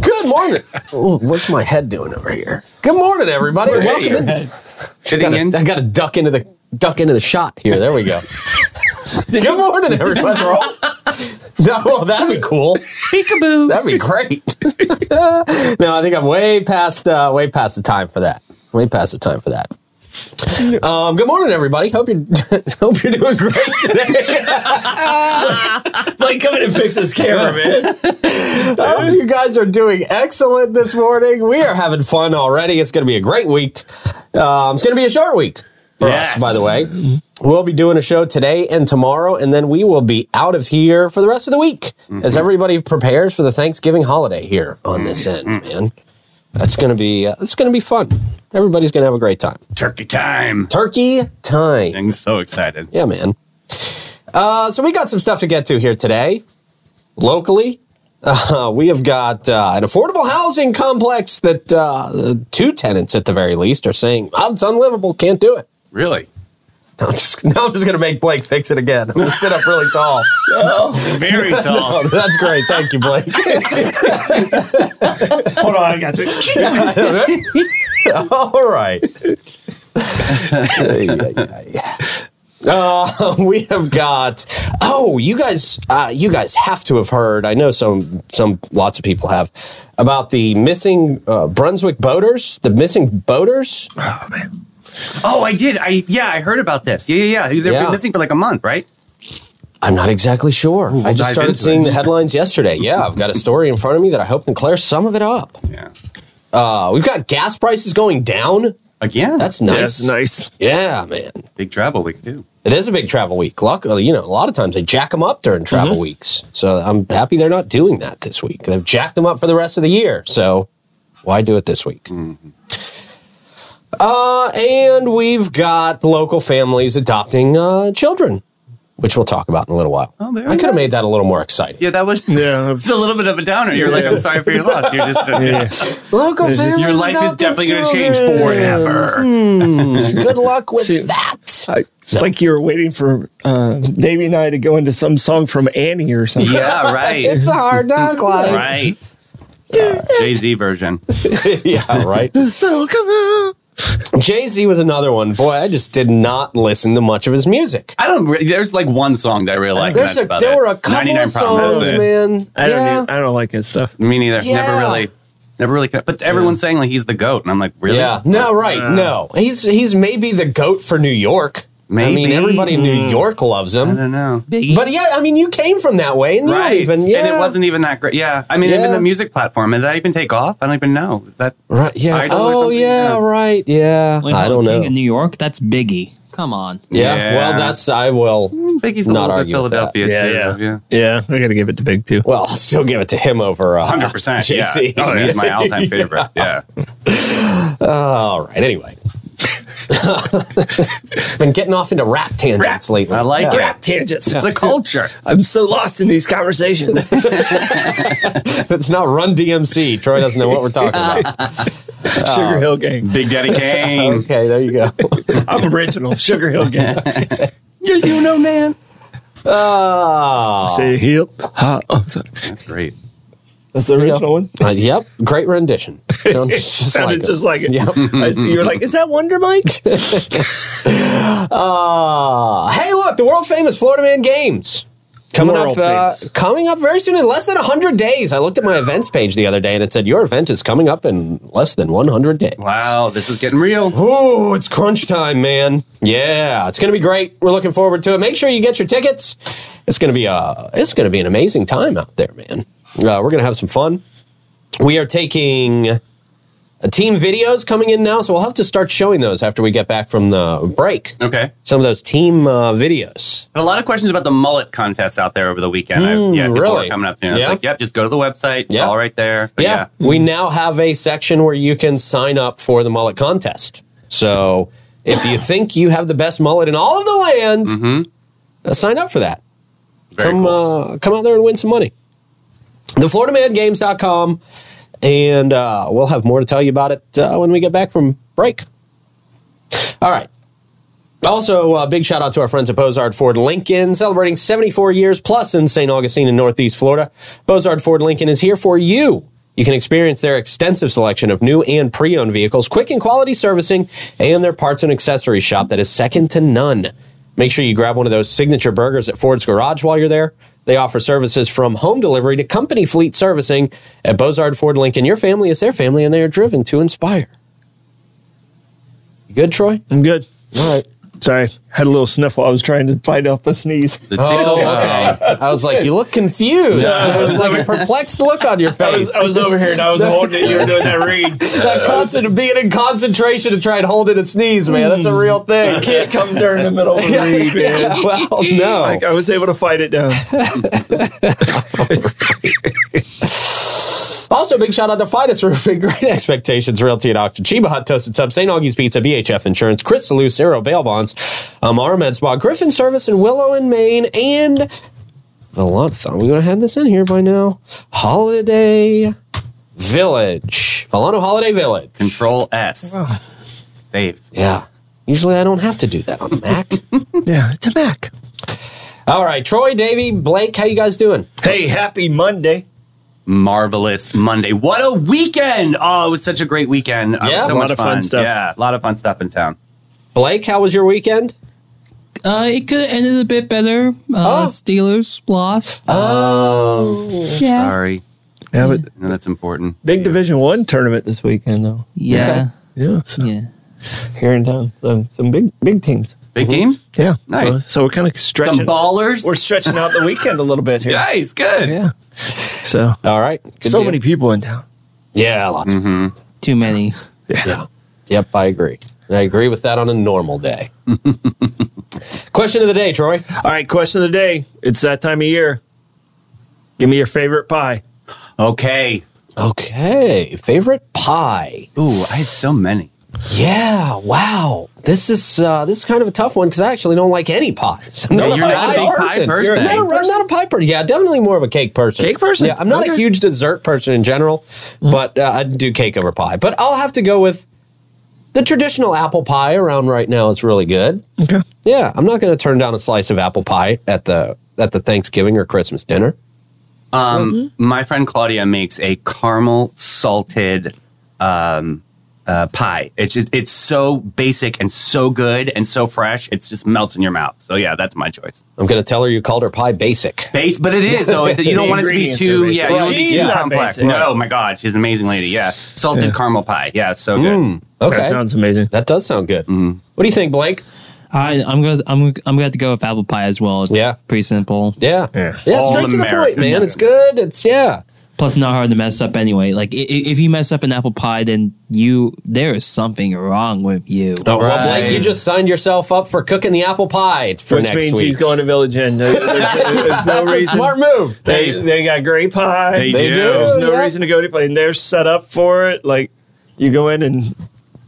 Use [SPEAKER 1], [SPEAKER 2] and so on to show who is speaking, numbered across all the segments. [SPEAKER 1] Good morning. Ooh, what's my head doing over here? Good morning, everybody.
[SPEAKER 2] Hey,
[SPEAKER 1] Welcome in.
[SPEAKER 2] Fitting in.
[SPEAKER 1] I got to duck into the duck into the shot here. There we go. Good morning, everybody. No, well, that'd be cool.
[SPEAKER 2] Peekaboo.
[SPEAKER 1] That'd be great. no, I think I'm way past uh, way past the time for that. Way past the time for that. Um, good morning, everybody. Hope you hope you're doing great today.
[SPEAKER 3] Like, come in and fix this camera, man.
[SPEAKER 1] I hope you guys are doing excellent this morning. We are having fun already. It's going to be a great week. Um, it's going to be a short week for
[SPEAKER 3] Yes.
[SPEAKER 1] us, by the way. We'll be doing a show today and tomorrow, and then we will be out of here for the rest of the week as everybody prepares for the Thanksgiving holiday here on this end, man. That's going to be uh, it's going to be fun. Everybody's going to have a great time.
[SPEAKER 2] Turkey time.
[SPEAKER 1] Turkey time.
[SPEAKER 2] I'm so excited.
[SPEAKER 1] Yeah, man. Uh, so we got some stuff to get to here today. Locally, uh, we have got uh, an affordable housing complex that uh, two tenants, at the very least, are saying "Oh, it's unlivable, can't do it.
[SPEAKER 2] Really?
[SPEAKER 1] No, I'm just, now I'm just going to make Blake fix it again. I'm going to sit up really tall.
[SPEAKER 2] Very tall.
[SPEAKER 1] That's great. Thank you, Blake.
[SPEAKER 3] Hold on, I got you.
[SPEAKER 1] All right. Uh, we have got. Oh, you guys, uh, you guys have to have heard. I know some, some, lots of people have about the missing uh, Brunswick boaters. The missing boaters.
[SPEAKER 2] Oh, I did. I yeah, I heard about this. Yeah, yeah, yeah. They've
[SPEAKER 1] Yeah.
[SPEAKER 2] been missing for like a month, right?
[SPEAKER 1] I'm not exactly sure. I just
[SPEAKER 2] dive
[SPEAKER 1] started
[SPEAKER 2] into
[SPEAKER 1] seeing
[SPEAKER 2] it.
[SPEAKER 1] the headlines yesterday. Yeah, I've got a story in front of me that I hope can clear some of it up.
[SPEAKER 2] Yeah.
[SPEAKER 1] Uh, we've got gas prices going down.
[SPEAKER 2] Again.
[SPEAKER 1] That's nice.
[SPEAKER 4] That's nice.
[SPEAKER 1] Yeah, man.
[SPEAKER 2] big travel week too.
[SPEAKER 1] It is a big travel week. Luck, uh, you know, a lot of times they jack them up during travel
[SPEAKER 2] Mm-hmm.
[SPEAKER 1] weeks. So I'm happy they're not doing that this week. They've jacked them up for the rest of the year. So why do it this week?
[SPEAKER 2] Mm-hmm.
[SPEAKER 1] Uh, and we've got local families adopting uh, children, which we'll talk about in a little while.
[SPEAKER 2] Oh, there
[SPEAKER 1] I
[SPEAKER 2] we
[SPEAKER 1] could have
[SPEAKER 2] go.
[SPEAKER 1] made that a little more exciting.
[SPEAKER 2] Yeah, that was
[SPEAKER 4] Yeah.
[SPEAKER 2] it's a little bit of a downer. You're like, I'm sorry for your loss. You're just
[SPEAKER 1] Local families
[SPEAKER 2] your life is
[SPEAKER 1] adopting
[SPEAKER 2] definitely going to change
[SPEAKER 1] children.
[SPEAKER 2] forever.
[SPEAKER 1] Good luck with
[SPEAKER 4] See-
[SPEAKER 1] that.
[SPEAKER 4] I, it's like you were waiting for uh, Davey and I to go into some song from Annie or something.
[SPEAKER 2] Yeah, right.
[SPEAKER 1] It's a hard knock life.
[SPEAKER 2] right. Jay Z version.
[SPEAKER 1] yeah, right.
[SPEAKER 4] So come on.
[SPEAKER 1] Jay Z was another one. Boy, I just did not listen to much of his music.
[SPEAKER 2] I don't. Re- there's like one song that I really like. and
[SPEAKER 1] There's
[SPEAKER 2] that's
[SPEAKER 1] a,
[SPEAKER 2] about
[SPEAKER 1] there
[SPEAKER 2] it.
[SPEAKER 1] were a couple
[SPEAKER 2] 99
[SPEAKER 1] of
[SPEAKER 2] Problems,
[SPEAKER 1] songs,
[SPEAKER 2] that's it.
[SPEAKER 1] man.
[SPEAKER 4] I don't.
[SPEAKER 1] yeah.
[SPEAKER 4] Need, I don't like his stuff.
[SPEAKER 2] Me neither.
[SPEAKER 1] Yeah.
[SPEAKER 2] Never really. Never really. Could, but everyone's saying like he's the goat, and I'm like, really? Uh.
[SPEAKER 1] yeah. No, right. no. He's he's maybe the goat for New York. I mean,
[SPEAKER 2] Maybe. Hmm.
[SPEAKER 1] everybody in New York loves
[SPEAKER 2] I
[SPEAKER 1] him.
[SPEAKER 2] don't know.
[SPEAKER 1] But yeah, I mean, you came from that way, and you
[SPEAKER 2] Right.
[SPEAKER 1] don't even. Yeah.
[SPEAKER 2] And it wasn't even that great. Yeah. I mean,
[SPEAKER 1] Yeah.
[SPEAKER 2] even the music platform. Did that even take off? I don't even know. That
[SPEAKER 1] Right. Yeah.
[SPEAKER 2] Idol or
[SPEAKER 1] Oh,
[SPEAKER 2] something,
[SPEAKER 1] yeah.
[SPEAKER 2] yeah.
[SPEAKER 1] Right. Yeah.
[SPEAKER 5] Like
[SPEAKER 1] I don't know.
[SPEAKER 5] King in New York, that's Biggie. Come on.
[SPEAKER 1] yeah.
[SPEAKER 2] Yeah.
[SPEAKER 1] Well, that's I will.
[SPEAKER 2] Biggie's
[SPEAKER 1] Not
[SPEAKER 2] not
[SPEAKER 1] argue with that.
[SPEAKER 2] Philadelphia. too,
[SPEAKER 4] Yeah, I gotta give it to Big too.
[SPEAKER 1] Well, I'll still give it to him over uh,
[SPEAKER 2] Hundred percent. Yeah.
[SPEAKER 1] Jay-Z.
[SPEAKER 2] Oh, he's my all-time favorite. Yeah.
[SPEAKER 1] All right. Anyway. Been getting off into rap tangents lately.
[SPEAKER 2] I like
[SPEAKER 1] Yeah.
[SPEAKER 2] it.
[SPEAKER 4] Tangents.
[SPEAKER 2] It's a culture.
[SPEAKER 4] I'm so lost in these conversations.
[SPEAKER 1] It's not Run DMC. Troy doesn't know what we're talking about.
[SPEAKER 4] Sugar Hill Gang.
[SPEAKER 2] Big Daddy Kane.
[SPEAKER 1] Okay, there you go.
[SPEAKER 4] I'm original. Sugar Hill Gang.
[SPEAKER 2] you, you know, man.
[SPEAKER 1] Ah.
[SPEAKER 4] Say hip hop. Oh, sorry.
[SPEAKER 2] That's great.
[SPEAKER 4] That's the original one.
[SPEAKER 1] Uh, yep, great rendition. Sounds just
[SPEAKER 4] Sounded
[SPEAKER 1] like it.
[SPEAKER 4] just like it.
[SPEAKER 1] Yep.
[SPEAKER 4] I see- you were like, is that Wonder Mike?
[SPEAKER 1] Ah, hey, look, the world famous Florida Man Games coming
[SPEAKER 4] World
[SPEAKER 1] up. Uh,
[SPEAKER 4] famous.
[SPEAKER 1] coming up very soon in less than hundred days. I looked at my events page the other day and it said your event is coming up in less than one hundred days.
[SPEAKER 2] Wow, this is getting real.
[SPEAKER 1] Oh, it's crunch time, man. Yeah, it's going to be great. We're looking forward to it. Make sure you get your tickets. It's going to be a it's going to be an amazing time out there, man. Uh, we're going to have some fun. We are taking uh, team videos coming in now, so we'll have to start showing those after we get back from the break.
[SPEAKER 2] Okay.
[SPEAKER 1] Some of those team uh, videos.
[SPEAKER 2] But a lot of questions about the mullet contest out there over the weekend.
[SPEAKER 1] Hmm,
[SPEAKER 2] I, yeah, people
[SPEAKER 1] really?
[SPEAKER 2] are coming up to me. and I was
[SPEAKER 1] Yeah.
[SPEAKER 2] like, yep, just go to the website. It's
[SPEAKER 1] Yeah.
[SPEAKER 2] all right there. But
[SPEAKER 1] yeah, we now have a section where you can sign up for the mullet contest. So if you think you have the best mullet in all of the land, uh, sign up for that.
[SPEAKER 2] Very
[SPEAKER 1] come
[SPEAKER 2] cool.
[SPEAKER 1] uh, come out there and win some money. The FloridaManGames.com, and uh, we'll have more to tell you about it uh, when we get back from break. All right. Also, uh, big shout out to our friends at Bozard Ford Lincoln, celebrating 74 years plus in St. Augustine in Northeast Florida. Bozard Ford Lincoln is here for you. You can experience their extensive selection of new and pre owned vehicles, quick and quality servicing, and their parts and accessories shop that is second to none. Make sure you grab one of those signature burgers at Ford's Garage while you're there. They offer services from home delivery to company fleet servicing at Bozard Ford Lincoln. Your family is their family, and they are driven to inspire. You good, Troy?
[SPEAKER 4] I'm good. All right. Sorry, had a little sniff while I was trying to fight off the sneeze.
[SPEAKER 2] The tickle.
[SPEAKER 1] Oh,
[SPEAKER 2] uh,
[SPEAKER 1] I was like, you look confused. There was like a perplexed look on your
[SPEAKER 6] I
[SPEAKER 1] face.
[SPEAKER 6] was, I was over here and I was holding it. You were doing that read.
[SPEAKER 1] that constant being in concentration to try and hold in a sneeze, man. That's a real thing.
[SPEAKER 4] Can't come during the middle of the read, man.
[SPEAKER 1] well, no.
[SPEAKER 4] Like, I was able to fight it down.
[SPEAKER 1] Also, big shout out to Fidus Roofing, Great Expectations Realty and Auction, Chiba Hot Toasted Sub, St. Augie's Pizza, BHF Insurance, Chris Salou, Zero Bail Bonds, um, Armed Spa, Griffin Service in Willow and Maine, and Volano. We would have had this in here by now. Holiday Village. Volano Holiday Village.
[SPEAKER 2] Control S. Save.
[SPEAKER 1] Yeah. Usually I don't have to do that on the Mac.
[SPEAKER 4] yeah, it's a Mac.
[SPEAKER 1] All right, Troy, Davey, Blake, how you guys doing?
[SPEAKER 4] Hey, happy Monday.
[SPEAKER 2] Marvelous Monday. What a weekend. Oh, it was such a great weekend. Uh,
[SPEAKER 1] Yeah, a
[SPEAKER 2] so
[SPEAKER 1] lot
[SPEAKER 2] much
[SPEAKER 4] of fun stuff.
[SPEAKER 2] Yeah, a lot of fun stuff in town.
[SPEAKER 1] Blake, how was your weekend?
[SPEAKER 5] Uh, it could have ended a bit better. Uh,
[SPEAKER 1] Oh.
[SPEAKER 5] Steelers lost. Oh, yeah,
[SPEAKER 2] Sorry.
[SPEAKER 4] Yeah, but
[SPEAKER 2] I know that's important.
[SPEAKER 4] big Division One tournament this weekend though.
[SPEAKER 5] yeah,
[SPEAKER 4] Yeah, so
[SPEAKER 5] yeah.
[SPEAKER 4] here in town, so some big big teams.
[SPEAKER 2] Big teams?
[SPEAKER 4] Yeah,
[SPEAKER 2] Nice.
[SPEAKER 4] So, so we're kind of
[SPEAKER 2] Some
[SPEAKER 4] stretching.
[SPEAKER 2] ballers?
[SPEAKER 4] we're stretching out the weekend a little bit here.
[SPEAKER 2] nice. Good.
[SPEAKER 4] Yeah. So
[SPEAKER 1] All right. Good
[SPEAKER 4] so
[SPEAKER 1] deal.
[SPEAKER 4] many people in town.
[SPEAKER 1] Yeah, lots.
[SPEAKER 5] Too many.
[SPEAKER 1] Mm-hmm. Yeah. Yep, I agree. And I agree with that on a normal day. Question of the day, Troy.
[SPEAKER 4] All right, question of the day. It's that time of year. Give me your favorite pie.
[SPEAKER 2] Okay.
[SPEAKER 1] Okay. Favorite pie.
[SPEAKER 2] Ooh, I had so many.
[SPEAKER 1] Yeah. Wow. This is uh, this is kind of a tough one because I actually don't like any pies. I'm
[SPEAKER 2] you're not a big pie person.
[SPEAKER 1] I'm not a- I'm not a pie person. Yeah, definitely more of a cake person.
[SPEAKER 4] Cake person?
[SPEAKER 1] Yeah, I'm not a
[SPEAKER 4] Okay.
[SPEAKER 1] huge dessert person in general,
[SPEAKER 2] Mm-hmm.
[SPEAKER 1] but uh, I do cake over pie. But I'll have to go with the traditional apple pie around right now. It's really good.
[SPEAKER 4] Okay.
[SPEAKER 1] Yeah, I'm not going to turn down a slice of apple pie at the at the Thanksgiving or Christmas dinner.
[SPEAKER 2] Um, My friend Claudia makes a caramel salted um, uh, pie. It's just it's so basic and so good and so fresh. It's just melts in your mouth. So yeah, that's my choice.
[SPEAKER 1] I'm going to tell her you called her pie basic.
[SPEAKER 2] Base, but it is though. It- you don't
[SPEAKER 4] The
[SPEAKER 2] want it to be
[SPEAKER 4] ingredients are
[SPEAKER 2] too.
[SPEAKER 4] basic.
[SPEAKER 2] Yeah, you don't want it to be
[SPEAKER 4] She's
[SPEAKER 2] too
[SPEAKER 4] not
[SPEAKER 2] complex.
[SPEAKER 4] basic.
[SPEAKER 2] No, my God, she's an amazing lady. Yeah, salted caramel pie. Yeah, it's so good.
[SPEAKER 1] Okay,
[SPEAKER 4] That sounds amazing.
[SPEAKER 1] that does sound good. What do you think, Blake?
[SPEAKER 5] I, I'm gonna, I'm, I'm gonna have to go with apple pie as well. It's
[SPEAKER 1] Yeah.
[SPEAKER 5] pretty simple.
[SPEAKER 1] Yeah,
[SPEAKER 4] Yeah.
[SPEAKER 2] All
[SPEAKER 1] straight to the point,
[SPEAKER 2] American.
[SPEAKER 1] man. It's good. It's yeah.
[SPEAKER 5] Plus, not hard to mess up anyway. Like, i- i- if you mess up an apple pie, then you there is something wrong with you.
[SPEAKER 1] Oh, well,
[SPEAKER 2] Right.
[SPEAKER 1] Blake, you just signed yourself up for cooking the apple pie for
[SPEAKER 4] Which
[SPEAKER 1] next
[SPEAKER 4] means
[SPEAKER 1] week.
[SPEAKER 4] he's going to Village Inn. There's, there's- there's no
[SPEAKER 1] That's a
[SPEAKER 4] reason.
[SPEAKER 1] smart move.
[SPEAKER 4] They, they got great pie.
[SPEAKER 2] They They do. do,
[SPEAKER 4] There's no
[SPEAKER 1] yeah.
[SPEAKER 4] reason to go to play. And they're set up for it. Like you go in and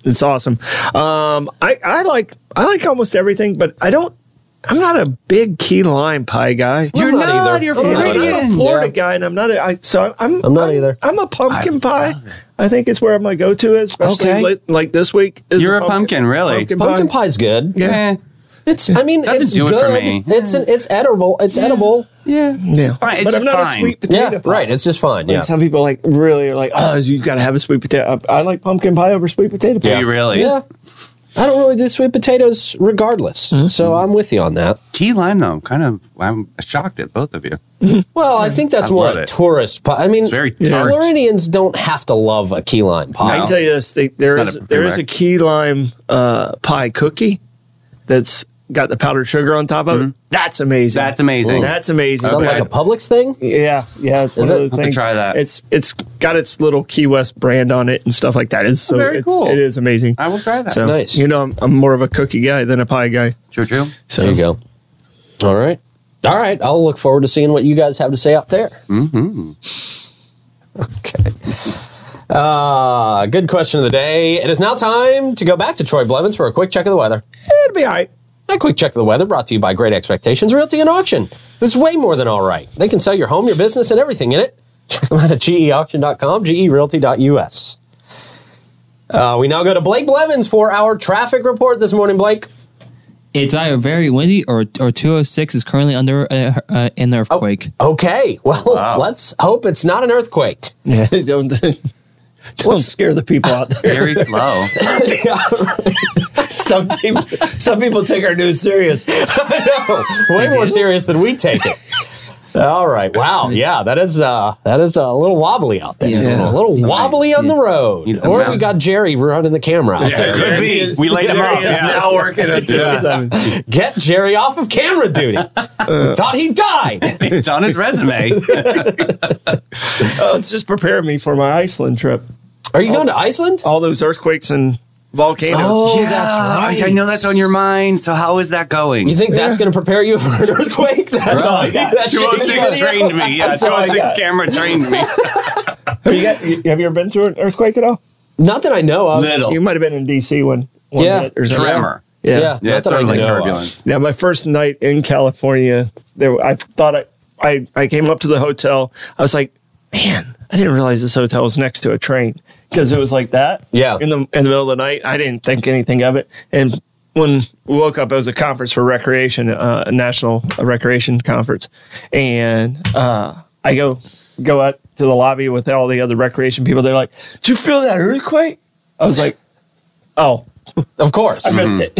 [SPEAKER 4] it's awesome. Um, I, I like I like almost everything, but I don't. I'm not a big key lime pie guy.
[SPEAKER 1] I'm not either.
[SPEAKER 4] You're
[SPEAKER 1] I'm not
[SPEAKER 4] Floridian.
[SPEAKER 1] either.
[SPEAKER 4] I'm a Florida guy, and I'm not. A, I, so I'm.
[SPEAKER 1] I'm not either.
[SPEAKER 4] I'm a pumpkin pie. I think it's where my go-to is, especially
[SPEAKER 1] Okay.
[SPEAKER 4] li- like this week. is
[SPEAKER 2] You're a pumpkin, really?
[SPEAKER 1] Pumpkin pie's good.
[SPEAKER 4] Yeah.
[SPEAKER 2] Eh,
[SPEAKER 1] It's I mean
[SPEAKER 2] Doesn't
[SPEAKER 1] it's
[SPEAKER 2] do it
[SPEAKER 1] good.
[SPEAKER 2] for me.
[SPEAKER 1] It's an, it's edible. It's edible.
[SPEAKER 4] Yeah,
[SPEAKER 2] Fine, it's
[SPEAKER 4] but I'm
[SPEAKER 2] just
[SPEAKER 4] not
[SPEAKER 2] fine.
[SPEAKER 4] a sweet potato.
[SPEAKER 1] Yeah,
[SPEAKER 4] pie.
[SPEAKER 1] right. It's just fine.
[SPEAKER 4] Like
[SPEAKER 1] Yeah.
[SPEAKER 4] some people like really are like, oh, you got to have a sweet potato. I, I like pumpkin pie over sweet potato pie.
[SPEAKER 2] Do you really?
[SPEAKER 1] Yeah. I don't really do sweet potatoes regardless. So I'm with you on that.
[SPEAKER 2] Key lime though, I'm kind of. I'm shocked at both of you.
[SPEAKER 1] Well, I think that's
[SPEAKER 2] I
[SPEAKER 1] more
[SPEAKER 2] love
[SPEAKER 1] a
[SPEAKER 2] it.
[SPEAKER 1] tourist pie. I mean,
[SPEAKER 2] very tart.
[SPEAKER 1] Floridians don't have to love a key lime
[SPEAKER 4] I
[SPEAKER 1] pie.
[SPEAKER 4] can tell you this: they, there
[SPEAKER 2] It's
[SPEAKER 4] is
[SPEAKER 2] not a
[SPEAKER 4] there is a
[SPEAKER 2] prereq.
[SPEAKER 4] key lime uh, pie cookie that's got the powdered sugar on top of it. That's amazing.
[SPEAKER 2] Mm-hmm. That's amazing.
[SPEAKER 4] Ooh. That's amazing.
[SPEAKER 1] Is that
[SPEAKER 2] Okay.
[SPEAKER 1] like a Publix thing?
[SPEAKER 4] yeah, yeah, it's one
[SPEAKER 1] Is
[SPEAKER 4] of
[SPEAKER 1] it?
[SPEAKER 4] those
[SPEAKER 2] I'll
[SPEAKER 4] things.
[SPEAKER 2] try that.
[SPEAKER 4] It's it's got its little Key West brand on it and stuff like that. It's so
[SPEAKER 2] Oh, very
[SPEAKER 4] it's,
[SPEAKER 2] cool.
[SPEAKER 4] It is amazing.
[SPEAKER 2] I will try that.
[SPEAKER 4] So,
[SPEAKER 1] Nice.
[SPEAKER 4] You know, I'm, I'm more of a cookie guy than a pie guy.
[SPEAKER 2] True, true.
[SPEAKER 4] So
[SPEAKER 1] There you go. All right. All right. I'll look forward to seeing what you guys have to say out there. Mm-hmm. Okay. Uh, good question of the day. It is now time to go back to Troy Blevins for a quick check of the weather.
[SPEAKER 4] It'd be all right.
[SPEAKER 1] A quick check of the weather brought to you by Great Expectations Realty and Auction. It's way more than all right. They can sell your home, your business, and everything in it. Check them out at geauction.com, gerealty.us. Uh, we now go to Blake Blevins for our traffic report this morning, Blake.
[SPEAKER 5] It's either very windy or or 206 is currently under uh, uh, an earthquake.
[SPEAKER 1] Okay. Well, let's hope it's not an earthquake.
[SPEAKER 4] Yeah, don't don't scare the people out there.
[SPEAKER 2] Very slow.
[SPEAKER 6] Some people, some people take our news serious.
[SPEAKER 1] I know. Way more serious than we take it. All right. Wow. Yeah, that is uh that is a little wobbly out there. A
[SPEAKER 5] Yeah.
[SPEAKER 1] little wobbly on the road.
[SPEAKER 2] He's a
[SPEAKER 1] Or we
[SPEAKER 2] mountain.
[SPEAKER 1] got Jerry running the camera out there.
[SPEAKER 2] Could be. We laid them
[SPEAKER 6] There
[SPEAKER 2] off.
[SPEAKER 6] he is
[SPEAKER 2] Yeah.
[SPEAKER 6] now working at
[SPEAKER 1] Get Jerry off of camera duty. We thought he died.
[SPEAKER 2] It's on his resume.
[SPEAKER 4] Oh, it's just preparing me for my Iceland trip.
[SPEAKER 1] Are you going to Iceland?
[SPEAKER 4] All those earthquakes and volcanoes.
[SPEAKER 1] Oh,
[SPEAKER 2] I I know that's on your mind. So how is that going?
[SPEAKER 1] You think that's going to prepare you for an earthquake? That's all. That's
[SPEAKER 2] 206 trained me. Yeah,
[SPEAKER 1] That's all I
[SPEAKER 2] 206
[SPEAKER 1] got.
[SPEAKER 2] camera trained me.
[SPEAKER 4] Have you, got- you- have you ever been through an earthquake at all?
[SPEAKER 1] Not that I know of.
[SPEAKER 2] Little
[SPEAKER 4] You might have been in D.C. when one
[SPEAKER 1] Yeah.
[SPEAKER 4] hit or something.
[SPEAKER 2] tremor.
[SPEAKER 1] Yeah.
[SPEAKER 2] Yeah,
[SPEAKER 1] not
[SPEAKER 2] it's
[SPEAKER 1] that I
[SPEAKER 2] sort of like
[SPEAKER 1] know of.
[SPEAKER 2] turbulence.
[SPEAKER 4] Yeah, my first night in California, there I thought I, I I came up to the hotel. I was like, man, I didn't realize this hotel was next to a train because it was like that.
[SPEAKER 1] Yeah.
[SPEAKER 4] in the in the middle of the night, I didn't think anything of it. And when we woke up, it was a conference for recreation, uh, a national recreation conference, and uh, I go go out to the lobby with all the other recreation people. They're like, "Did you feel that earthquake?" I was like, "Oh."
[SPEAKER 1] Of course.
[SPEAKER 4] I missed it.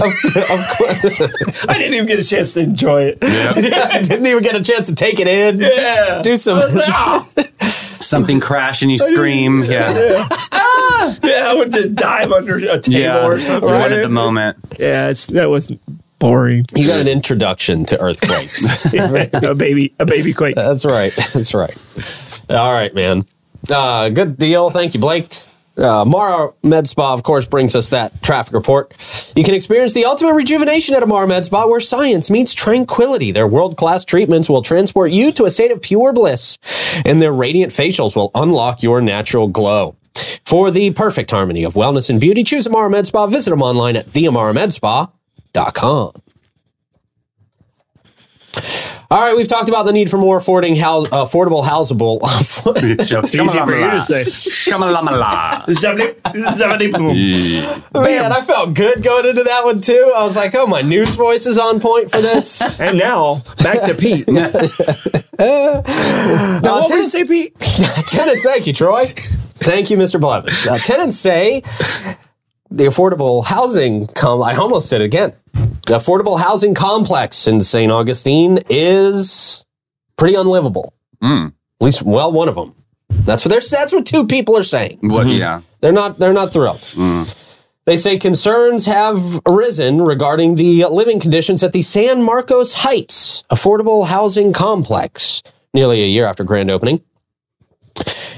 [SPEAKER 4] I didn't even get a chance to enjoy it.
[SPEAKER 1] I didn't even get a chance to take it in.
[SPEAKER 4] Yeah.
[SPEAKER 1] Do some.
[SPEAKER 2] Something crash and you scream. Yeah.
[SPEAKER 4] Yeah, I would just dive under a table
[SPEAKER 2] Yeah.
[SPEAKER 4] or something.
[SPEAKER 2] Right at the moment.
[SPEAKER 4] Yeah, it's, that was boring.
[SPEAKER 1] You got an introduction to earthquakes.
[SPEAKER 4] a baby, a baby quake.
[SPEAKER 1] That's right. That's right. All right, man. Uh, good deal. Thank you, Blake. Uh, Mara Med Spa, of course, brings us that traffic report. You can experience the ultimate rejuvenation at Amara Med Spa, where science meets tranquility. Their world class treatments will transport you to a state of pure bliss, and their radiant facials will unlock your natural glow. For the perfect harmony of wellness and beauty, choose Amara Med Spa. Visit them online at theamaramedspa.com. All right, we've talked about the need for more affording, house, affordable, housable,
[SPEAKER 2] Shamalama.
[SPEAKER 4] 70, 70 boom.
[SPEAKER 1] Man, I felt good going into that one too. I was like, oh, my news voice is on point for this. Uh,
[SPEAKER 4] And now, back to Pete. now, what were
[SPEAKER 1] Uh,
[SPEAKER 4] you
[SPEAKER 1] tenants,
[SPEAKER 4] say, Pete?
[SPEAKER 1] tenants, thank you, Troy. Thank you, Mr. Blevins. Uh, tenants say the affordable housing, com- I almost said it again. The affordable housing complex in St. Augustine is pretty unlivable. At least, well, one of them. That's what, they're, that's what two people are saying.
[SPEAKER 2] What? Yeah.
[SPEAKER 1] They're not. They're not thrilled. They say concerns have arisen regarding the living conditions at the San Marcos Heights affordable housing complex. Nearly a year after grand opening,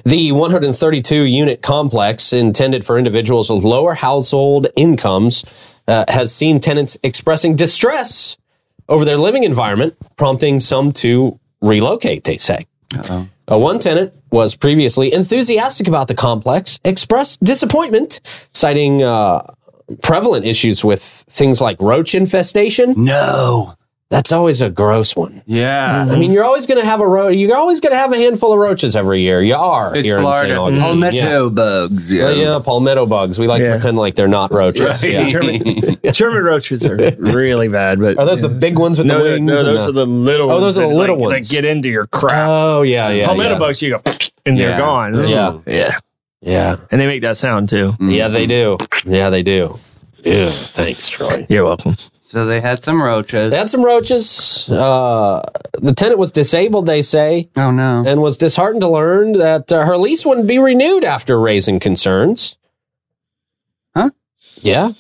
[SPEAKER 1] the 132 unit complex intended for individuals with lower household incomes uh, has seen tenants expressing distress over their living environment, prompting some to relocate. They say. Uh, one tenant was previously enthusiastic about the complex, expressed disappointment, citing uh, prevalent issues with things like roach infestation.
[SPEAKER 2] No.
[SPEAKER 1] That's always a gross one.
[SPEAKER 2] Yeah.
[SPEAKER 1] I mean, you're always going to have a ro- you're always going to have a handful of roaches every year. You are.
[SPEAKER 2] It's
[SPEAKER 1] here
[SPEAKER 2] Florida. Mm-hmm.
[SPEAKER 1] In St.
[SPEAKER 4] Mm-hmm.
[SPEAKER 1] Augustine. Yeah.
[SPEAKER 2] bugs.
[SPEAKER 1] Uh, yeah, palmetto bugs. We like to
[SPEAKER 4] Yeah.
[SPEAKER 1] pretend like they're not roaches.
[SPEAKER 2] Right.
[SPEAKER 1] Yeah.
[SPEAKER 4] German, German roaches are really bad, but
[SPEAKER 1] Are those the big ones with
[SPEAKER 4] no,
[SPEAKER 1] the
[SPEAKER 4] no,
[SPEAKER 1] wings?
[SPEAKER 4] no,
[SPEAKER 1] and
[SPEAKER 4] those
[SPEAKER 1] the-
[SPEAKER 4] are the little.
[SPEAKER 1] Oh, those
[SPEAKER 4] ones
[SPEAKER 1] are the
[SPEAKER 4] that,
[SPEAKER 1] little
[SPEAKER 4] like,
[SPEAKER 1] ones.
[SPEAKER 4] That get into your crap.
[SPEAKER 1] Oh yeah, yeah.
[SPEAKER 4] Palmetto
[SPEAKER 1] yeah.
[SPEAKER 4] bugs, you go, and
[SPEAKER 2] Yeah.
[SPEAKER 4] they're gone.
[SPEAKER 1] Yeah. Mm.
[SPEAKER 4] yeah,
[SPEAKER 1] Yeah,
[SPEAKER 4] and they make that sound too.
[SPEAKER 1] yeah, they do. Yeah, they do. Yeah, thanks, Troy.
[SPEAKER 4] You're welcome.
[SPEAKER 2] So they had some roaches.
[SPEAKER 1] They had some roaches. Uh, the tenant was disabled, they say,
[SPEAKER 2] oh no.
[SPEAKER 1] and was disheartened to learn that uh, her lease wouldn't be renewed after raising concerns.
[SPEAKER 2] Huh?
[SPEAKER 1] Yeah.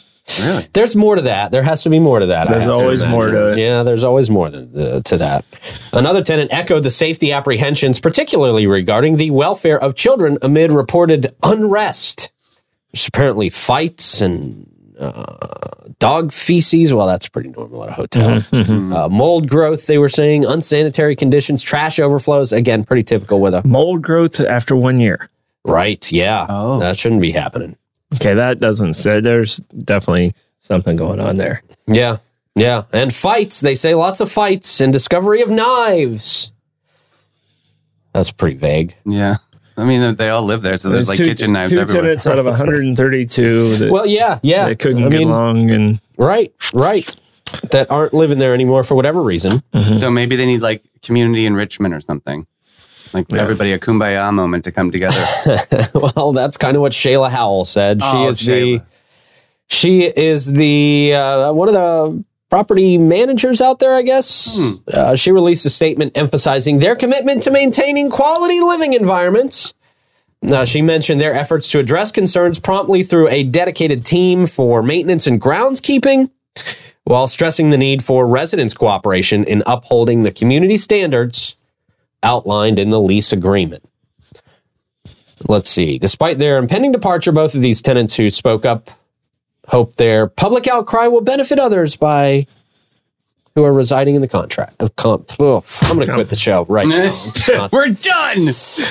[SPEAKER 2] Really?
[SPEAKER 1] There's more to that. There has to be more to that. I
[SPEAKER 4] There's
[SPEAKER 1] have
[SPEAKER 4] always more to
[SPEAKER 1] imagine.
[SPEAKER 4] it.
[SPEAKER 1] Yeah, there's always more than, uh, to that. Another tenant echoed the safety apprehensions, particularly regarding the welfare of children amid reported unrest. There's apparently fights and uh, dog feces. Well, that's pretty normal at a hotel.
[SPEAKER 4] Mm-hmm.
[SPEAKER 1] Uh, mold growth, they were saying, unsanitary conditions, trash overflows. Again, pretty typical with a.
[SPEAKER 4] Mold growth after one year.
[SPEAKER 1] Right. Yeah.
[SPEAKER 2] Oh.
[SPEAKER 1] That shouldn't be happening.
[SPEAKER 4] Okay, that doesn't. So there's definitely something going on there.
[SPEAKER 1] Yeah. Yeah. And fights. They say lots of fights and discovery of knives. That's pretty vague.
[SPEAKER 2] Yeah. I mean, they all live there, so there's, like
[SPEAKER 4] two,
[SPEAKER 2] kitchen knives
[SPEAKER 4] two
[SPEAKER 2] everywhere.
[SPEAKER 4] tenants out of 132 that,
[SPEAKER 1] Well, yeah. Yeah.
[SPEAKER 4] that couldn't
[SPEAKER 1] I
[SPEAKER 4] get
[SPEAKER 1] mean,
[SPEAKER 4] along, and
[SPEAKER 1] Right. Right. that aren't living there anymore for whatever reason.
[SPEAKER 2] So maybe they need like community enrichment or something. Like everybody a kumbaya moment to come together.
[SPEAKER 1] well, that's kind of what Shayla Howell said. She
[SPEAKER 2] Oh,
[SPEAKER 1] is
[SPEAKER 2] Shayla.
[SPEAKER 1] the she is the uh, one of the property managers out there, I guess.
[SPEAKER 2] Hmm.
[SPEAKER 1] Uh, she released a statement emphasizing their commitment to maintaining quality living environments. Uh, she mentioned their efforts to address concerns promptly through a dedicated team for maintenance and groundskeeping, while stressing the need for residents' cooperation in upholding the community standards outlined in the lease agreement. Let's see. Despite their impending departure, both of these tenants who spoke up hope their public outcry will benefit others by who are residing in the contract. uh, com- ugh, I'm going to quit the show right now. It's not-
[SPEAKER 2] We're done.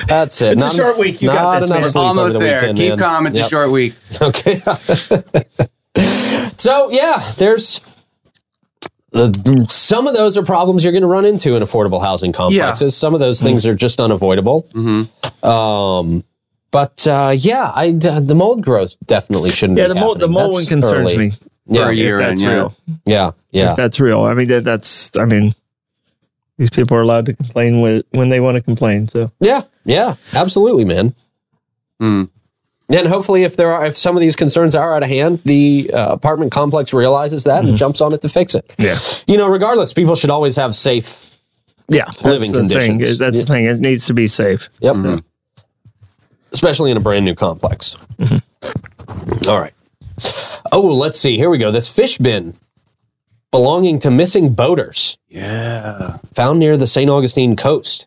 [SPEAKER 1] that's it.
[SPEAKER 4] It's a short week. You got
[SPEAKER 1] not
[SPEAKER 4] this,
[SPEAKER 1] enough
[SPEAKER 4] man.
[SPEAKER 1] sleep over
[SPEAKER 2] Almost
[SPEAKER 1] the
[SPEAKER 2] there.
[SPEAKER 1] weekend,
[SPEAKER 2] Keep
[SPEAKER 1] man.
[SPEAKER 2] calm. It's
[SPEAKER 1] Yep.
[SPEAKER 2] a short week.
[SPEAKER 1] Okay. so yeah, there's the, some of those are problems you're going to run into in affordable housing complexes. Some of
[SPEAKER 4] Mm-hmm.
[SPEAKER 1] those things are just unavoidable. Um, but uh, yeah, I d- the mold growth definitely shouldn't.
[SPEAKER 4] Yeah,
[SPEAKER 1] be
[SPEAKER 4] the mold the
[SPEAKER 1] happening.
[SPEAKER 4] mold one
[SPEAKER 1] That's
[SPEAKER 4] concerns
[SPEAKER 1] early.
[SPEAKER 4] me.
[SPEAKER 1] Yeah,
[SPEAKER 2] For a year
[SPEAKER 4] if that's
[SPEAKER 2] in, yeah.
[SPEAKER 4] real.
[SPEAKER 1] yeah,
[SPEAKER 4] If
[SPEAKER 1] yeah.
[SPEAKER 4] that's real. I mean that, that's I mean these people are allowed to complain when, when they want to complain. So
[SPEAKER 1] Yeah, yeah, absolutely, man.
[SPEAKER 2] Hmm.
[SPEAKER 1] And hopefully, if there are, if some of these concerns are out of hand, the uh, apartment complex realizes that
[SPEAKER 4] Mm-hmm.
[SPEAKER 1] and jumps on it to fix it.
[SPEAKER 4] Yeah.
[SPEAKER 1] You know, regardless, people should always have safe.
[SPEAKER 4] Yeah. That's
[SPEAKER 1] Living
[SPEAKER 4] the Thing.
[SPEAKER 1] conditions.
[SPEAKER 4] That's the thing. It needs to be safe.
[SPEAKER 1] Yep. Especially in a brand new complex. All right. Oh, let's see. Here we go. This fish bin belonging to missing boaters.
[SPEAKER 2] Yeah.
[SPEAKER 1] found near the St. Augustine coast.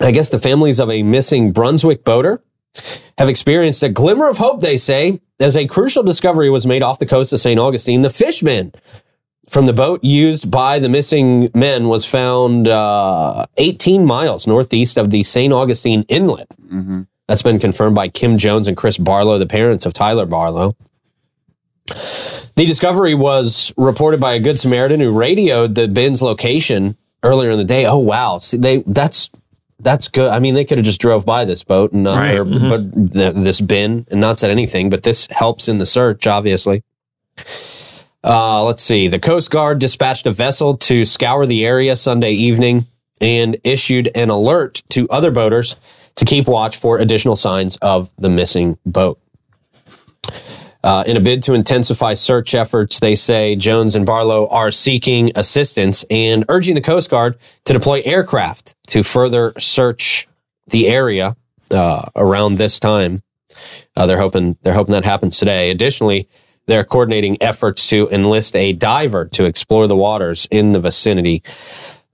[SPEAKER 1] I guess the families of a missing Brunswick boater have experienced a glimmer of hope, they say, as a crucial discovery was made off the coast of St. Augustine. The fish bin from the boat used by the missing men was found uh, 18 miles northeast of the St. Augustine Inlet. That's been confirmed by Kim Jones and Chris Barlow, the parents of Tyler Barlow. The discovery was reported by a good Samaritan who radioed the bin's location earlier in the day. Oh wow, see they that's that's good. I mean, they could have just drove by this boat and not,
[SPEAKER 2] Right.
[SPEAKER 1] or, but th- this bin and not said anything. But this helps in the search, obviously. Uh, let's see. The Coast Guard dispatched a vessel to scour the area Sunday evening and issued an alert to other boaters to keep watch for additional signs of the missing boat. Uh, in a bid to intensify search efforts, they say Jones and Barlow are seeking assistance and urging the Coast Guard to deploy aircraft to further search the area uh, around this time. Uh, they're hoping they're hoping that happens today. Additionally, they're coordinating efforts to enlist a diver to explore the waters in the vicinity.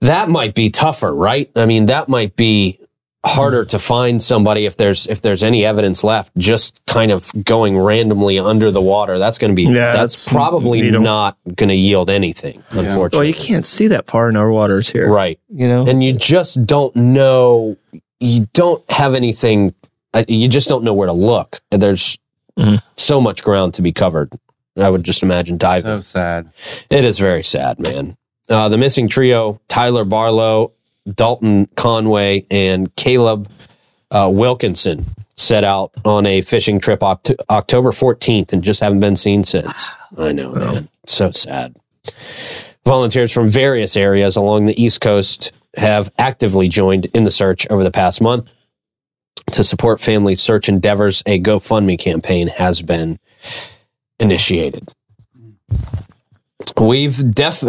[SPEAKER 1] That might be tougher, right? I mean, that might be harder to find somebody if there's if there's any evidence left. Just kind of going randomly under the water. That's going to be
[SPEAKER 4] Yeah,
[SPEAKER 1] that's,
[SPEAKER 4] that's-
[SPEAKER 1] probably
[SPEAKER 4] you don't-
[SPEAKER 1] not going to yield anything,
[SPEAKER 4] Well,
[SPEAKER 1] unfortunately.
[SPEAKER 4] you can't see that far in our waters here.
[SPEAKER 1] Right
[SPEAKER 4] You know?
[SPEAKER 1] and you just don't know you don't have anything uh, you just don't know where to look And there's
[SPEAKER 4] Mhm.
[SPEAKER 1] so much ground to be covered i would just imagine diving
[SPEAKER 2] So sad.
[SPEAKER 1] it is very sad, man. Uh, the missing trio: Tyler Barlow, Dalton Conway, and Caleb uh, Wilkinson set out on a fishing trip Oct- October 14th and just haven't been seen since. I know, man. So sad. Volunteers from various areas along the East Coast have actively joined in the search over the past month. To support family search endeavors, a GoFundMe campaign has been initiated. We've def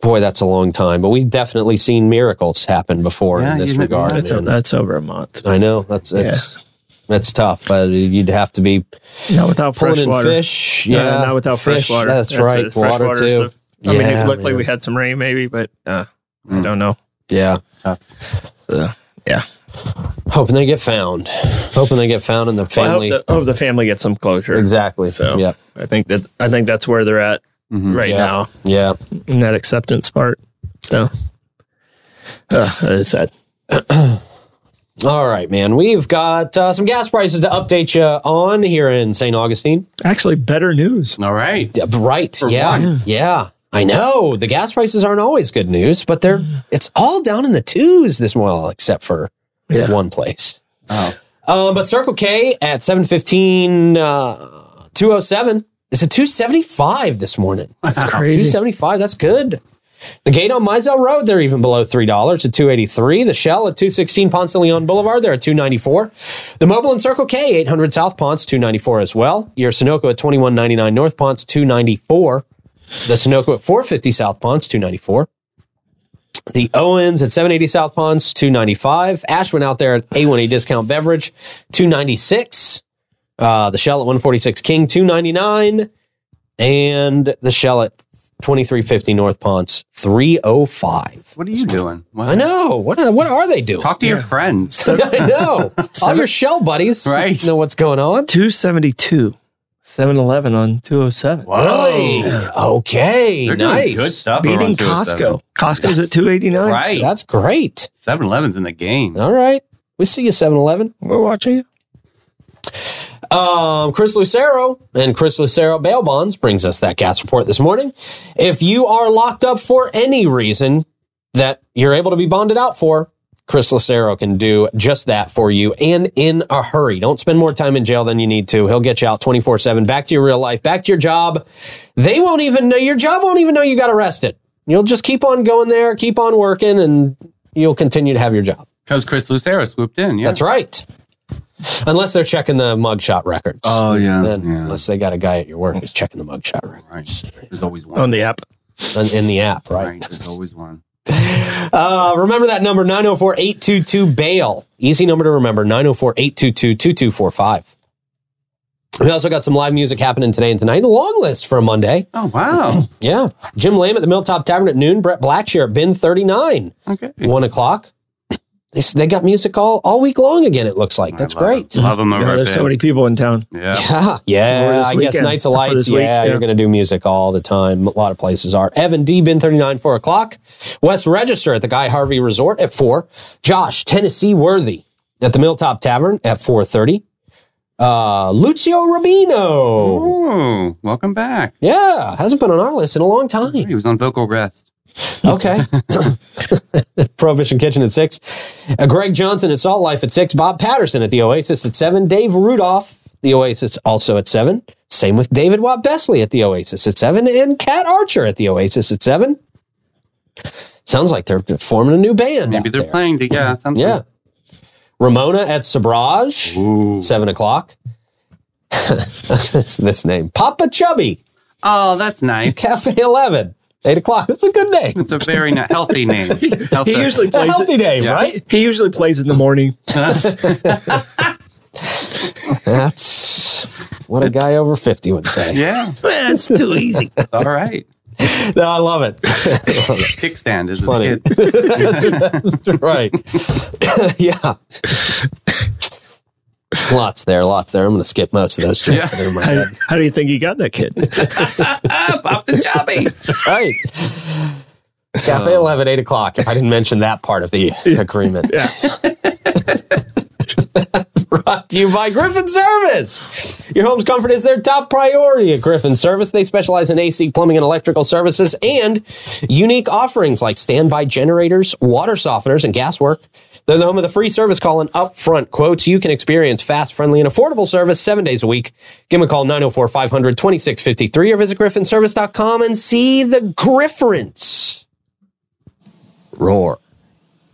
[SPEAKER 1] boy, that's a long time, but we've definitely seen miracles happen before
[SPEAKER 2] Yeah,
[SPEAKER 1] in this
[SPEAKER 2] you-
[SPEAKER 1] regard.
[SPEAKER 2] that's
[SPEAKER 4] So
[SPEAKER 1] and-
[SPEAKER 4] that's over a month.
[SPEAKER 1] I know that's it's that's tough. Uh, you'd have to be
[SPEAKER 4] Not without
[SPEAKER 1] pulling
[SPEAKER 4] fresh
[SPEAKER 1] in
[SPEAKER 4] water.
[SPEAKER 1] fish.
[SPEAKER 4] No,
[SPEAKER 1] Yeah,
[SPEAKER 4] not without
[SPEAKER 1] fish,
[SPEAKER 4] fresh water.
[SPEAKER 1] That's, right,
[SPEAKER 4] it, fresh
[SPEAKER 1] water
[SPEAKER 4] water,
[SPEAKER 1] too.
[SPEAKER 4] so- I
[SPEAKER 1] Yeah,
[SPEAKER 4] mean,
[SPEAKER 1] Hmm.
[SPEAKER 4] it looked
[SPEAKER 1] man.
[SPEAKER 4] like we had some rain, maybe, but uh, I
[SPEAKER 2] Mm.
[SPEAKER 4] don't know.
[SPEAKER 1] Yeah,
[SPEAKER 4] So, yeah.
[SPEAKER 1] hoping they get found. Hoping they get found in the
[SPEAKER 4] Well,
[SPEAKER 1] family.
[SPEAKER 4] I hope the, I hope the family gets some closure.
[SPEAKER 1] exactly.
[SPEAKER 4] So,
[SPEAKER 1] yeah,
[SPEAKER 4] I think that I think that's where they're at
[SPEAKER 2] Mhm.
[SPEAKER 4] right
[SPEAKER 1] Yeah.
[SPEAKER 4] now
[SPEAKER 1] yeah.
[SPEAKER 4] in that acceptance part. So, uh, that is sad.
[SPEAKER 1] All right, man. We've got uh, some gas prices to update you on here in St. Augustine.
[SPEAKER 4] Actually, better news.
[SPEAKER 2] All right.
[SPEAKER 1] Yeah, Right? yeah,
[SPEAKER 2] once.
[SPEAKER 1] yeah. I know the gas prices aren't always good news, but they're it's all down in the twos this morning, except for
[SPEAKER 4] Yeah.
[SPEAKER 1] one place.
[SPEAKER 2] Oh.
[SPEAKER 1] Um, but Circle K at 715, uh, 207 It's a 275 this morning.
[SPEAKER 4] That's
[SPEAKER 1] Two
[SPEAKER 4] crazy.
[SPEAKER 1] seventy five. That's good. The gate on Mizell Road, they're even below three dollars at two eighty three. The Shell at two sixteen Ponce de Leon Boulevard, they're at two ninety four. The Mobile and Circle K eight hundred South Ponce two ninety four as well. Your Sunoco at twenty one ninety nine North Ponce two ninety four. The Sunoco at four fifty South Ponce two ninety four. The Owens at 780 South Ponce, 295. Ashwin out there at A1A Discount Beverage, 296. Uh, the Shell at 146 King, 299 and the shell at 2350 North Ponce 305.
[SPEAKER 2] What are you doing? What?
[SPEAKER 1] I know. What are, what are they doing?
[SPEAKER 2] Talk to your friends.
[SPEAKER 1] I know. All your shell buddies
[SPEAKER 2] Right.
[SPEAKER 1] know what's going on.
[SPEAKER 4] 272. 7 Eleven on 207.
[SPEAKER 1] Really? Okay.
[SPEAKER 2] Oh. They're doing
[SPEAKER 1] nice.
[SPEAKER 2] good stuff. over
[SPEAKER 4] Beating
[SPEAKER 2] on 207.
[SPEAKER 4] Costco. Costco's at 289.
[SPEAKER 2] Right.
[SPEAKER 1] That's great.
[SPEAKER 2] 7 Eleven's in the game.
[SPEAKER 1] All right. We see you 7 Eleven.
[SPEAKER 4] We're watching you.
[SPEAKER 1] Um, Chris Lucero and Chris Lucero Bail Bonds brings us that gas report this morning. If you are locked up for any reason that you're able to be bonded out for, Chris Lucero can do just that for you and in a hurry. Don't spend more time in jail than you need to. He'll get you out 24 7, back to your real life, back to your job. They won't even know, your job won't even know you got arrested. You'll just keep on going there, keep on working, and you'll continue to have your job.
[SPEAKER 2] Because Chris Lucero swooped in. Yeah.
[SPEAKER 1] That's right. Unless they're checking the mugshot records.
[SPEAKER 2] Oh, yeah.
[SPEAKER 1] Then,
[SPEAKER 2] yeah.
[SPEAKER 1] unless they got a guy at your work who's checking the mugshot records
[SPEAKER 2] Right. There's always one.
[SPEAKER 4] On the app.
[SPEAKER 1] in, in the app, right?
[SPEAKER 2] right. There's always one.
[SPEAKER 1] Uh, remember that number 904 822 bail. Easy number to remember 904 822 2245. We also got some live music happening today and tonight. A long list for a Monday.
[SPEAKER 2] Oh, wow.
[SPEAKER 1] Yeah. Jim Lamb at the Milltop Tavern at noon. Brett Blackshear at Bin 39,
[SPEAKER 2] Okay.
[SPEAKER 1] 1 o'clock. They, s- they got music all, all week long again, it looks like. That's
[SPEAKER 2] I love
[SPEAKER 1] great.
[SPEAKER 2] Them. Love them over
[SPEAKER 4] Yeah,
[SPEAKER 2] at
[SPEAKER 4] there's so
[SPEAKER 2] Bit.
[SPEAKER 4] many people in town.
[SPEAKER 2] Yeah.
[SPEAKER 1] Yeah,
[SPEAKER 4] Or
[SPEAKER 1] yeah.
[SPEAKER 4] this
[SPEAKER 1] I guess
[SPEAKER 4] weekend,
[SPEAKER 1] Nights
[SPEAKER 4] or
[SPEAKER 1] of
[SPEAKER 4] for
[SPEAKER 1] Lights.
[SPEAKER 4] this
[SPEAKER 1] Yeah,
[SPEAKER 4] week, yeah.
[SPEAKER 1] you're going to do music all the time. A lot of places are. Evan D. Bin 39, 4 o'clock. West Register at the Guy Harvey Resort at 4. Josh, Tennessee Worthy at the Milltop Tavern at 4.30. Uh, Lucio Rubino.
[SPEAKER 2] Ooh, welcome back.
[SPEAKER 1] Yeah, hasn't been on our list in a long time.
[SPEAKER 2] He was on vocal rest.
[SPEAKER 1] Okay. Prohibition Kitchen at six. Uh, Greg Johnson at Salt Life at six. Bob Patterson at the Oasis at seven. Dave Rudolph, the Oasis, also at seven. Same with David Watt Besley at the Oasis at seven, and Kat Archer at the Oasis at seven. Sounds like they're forming a new band.
[SPEAKER 2] Maybe
[SPEAKER 1] out
[SPEAKER 2] they're
[SPEAKER 1] there.
[SPEAKER 2] playing to, yeah, something.
[SPEAKER 1] Yeah. Ramona at Sabrage,
[SPEAKER 2] Ooh.
[SPEAKER 1] seven o'clock. this name, Papa Chubby,
[SPEAKER 2] Oh, that's nice.
[SPEAKER 1] Cafe Eleven, eight o'clock. This is a good day.
[SPEAKER 2] It's a very ni- healthy name. Healthy.
[SPEAKER 4] He usually
[SPEAKER 1] A
[SPEAKER 4] plays
[SPEAKER 1] healthy day,
[SPEAKER 2] Yeah.
[SPEAKER 1] right?
[SPEAKER 4] He usually plays in the morning.
[SPEAKER 1] That's what a guy over 50 would say.
[SPEAKER 2] Yeah.
[SPEAKER 3] That's too easy.
[SPEAKER 2] All right.
[SPEAKER 1] No, I love it.
[SPEAKER 2] Kickstand is his
[SPEAKER 1] Funny.
[SPEAKER 2] kid.
[SPEAKER 1] right. yeah. Lots there, lots there. I'm going to skip most of those jokes.
[SPEAKER 2] Yeah.
[SPEAKER 1] They're in my
[SPEAKER 4] How,
[SPEAKER 1] head.
[SPEAKER 4] how do you think he got that kid?
[SPEAKER 2] Up, up to Chubby.
[SPEAKER 1] Right. Cafe 11, 8 o'clock. If I didn't mention that part of the agreement.
[SPEAKER 4] Yeah.
[SPEAKER 1] Brought to you by Griffin Service. Your home's comfort is their top priority at Griffin Service. They specialize in AC, plumbing, and electrical services and unique offerings like standby generators, water softeners, and gas work. They're the home of the free service call and upfront quotes. You can experience fast, friendly, and affordable service seven days a week. Give them a call 904 500 2653 or visit griffinservice.com and see the Griffins roar.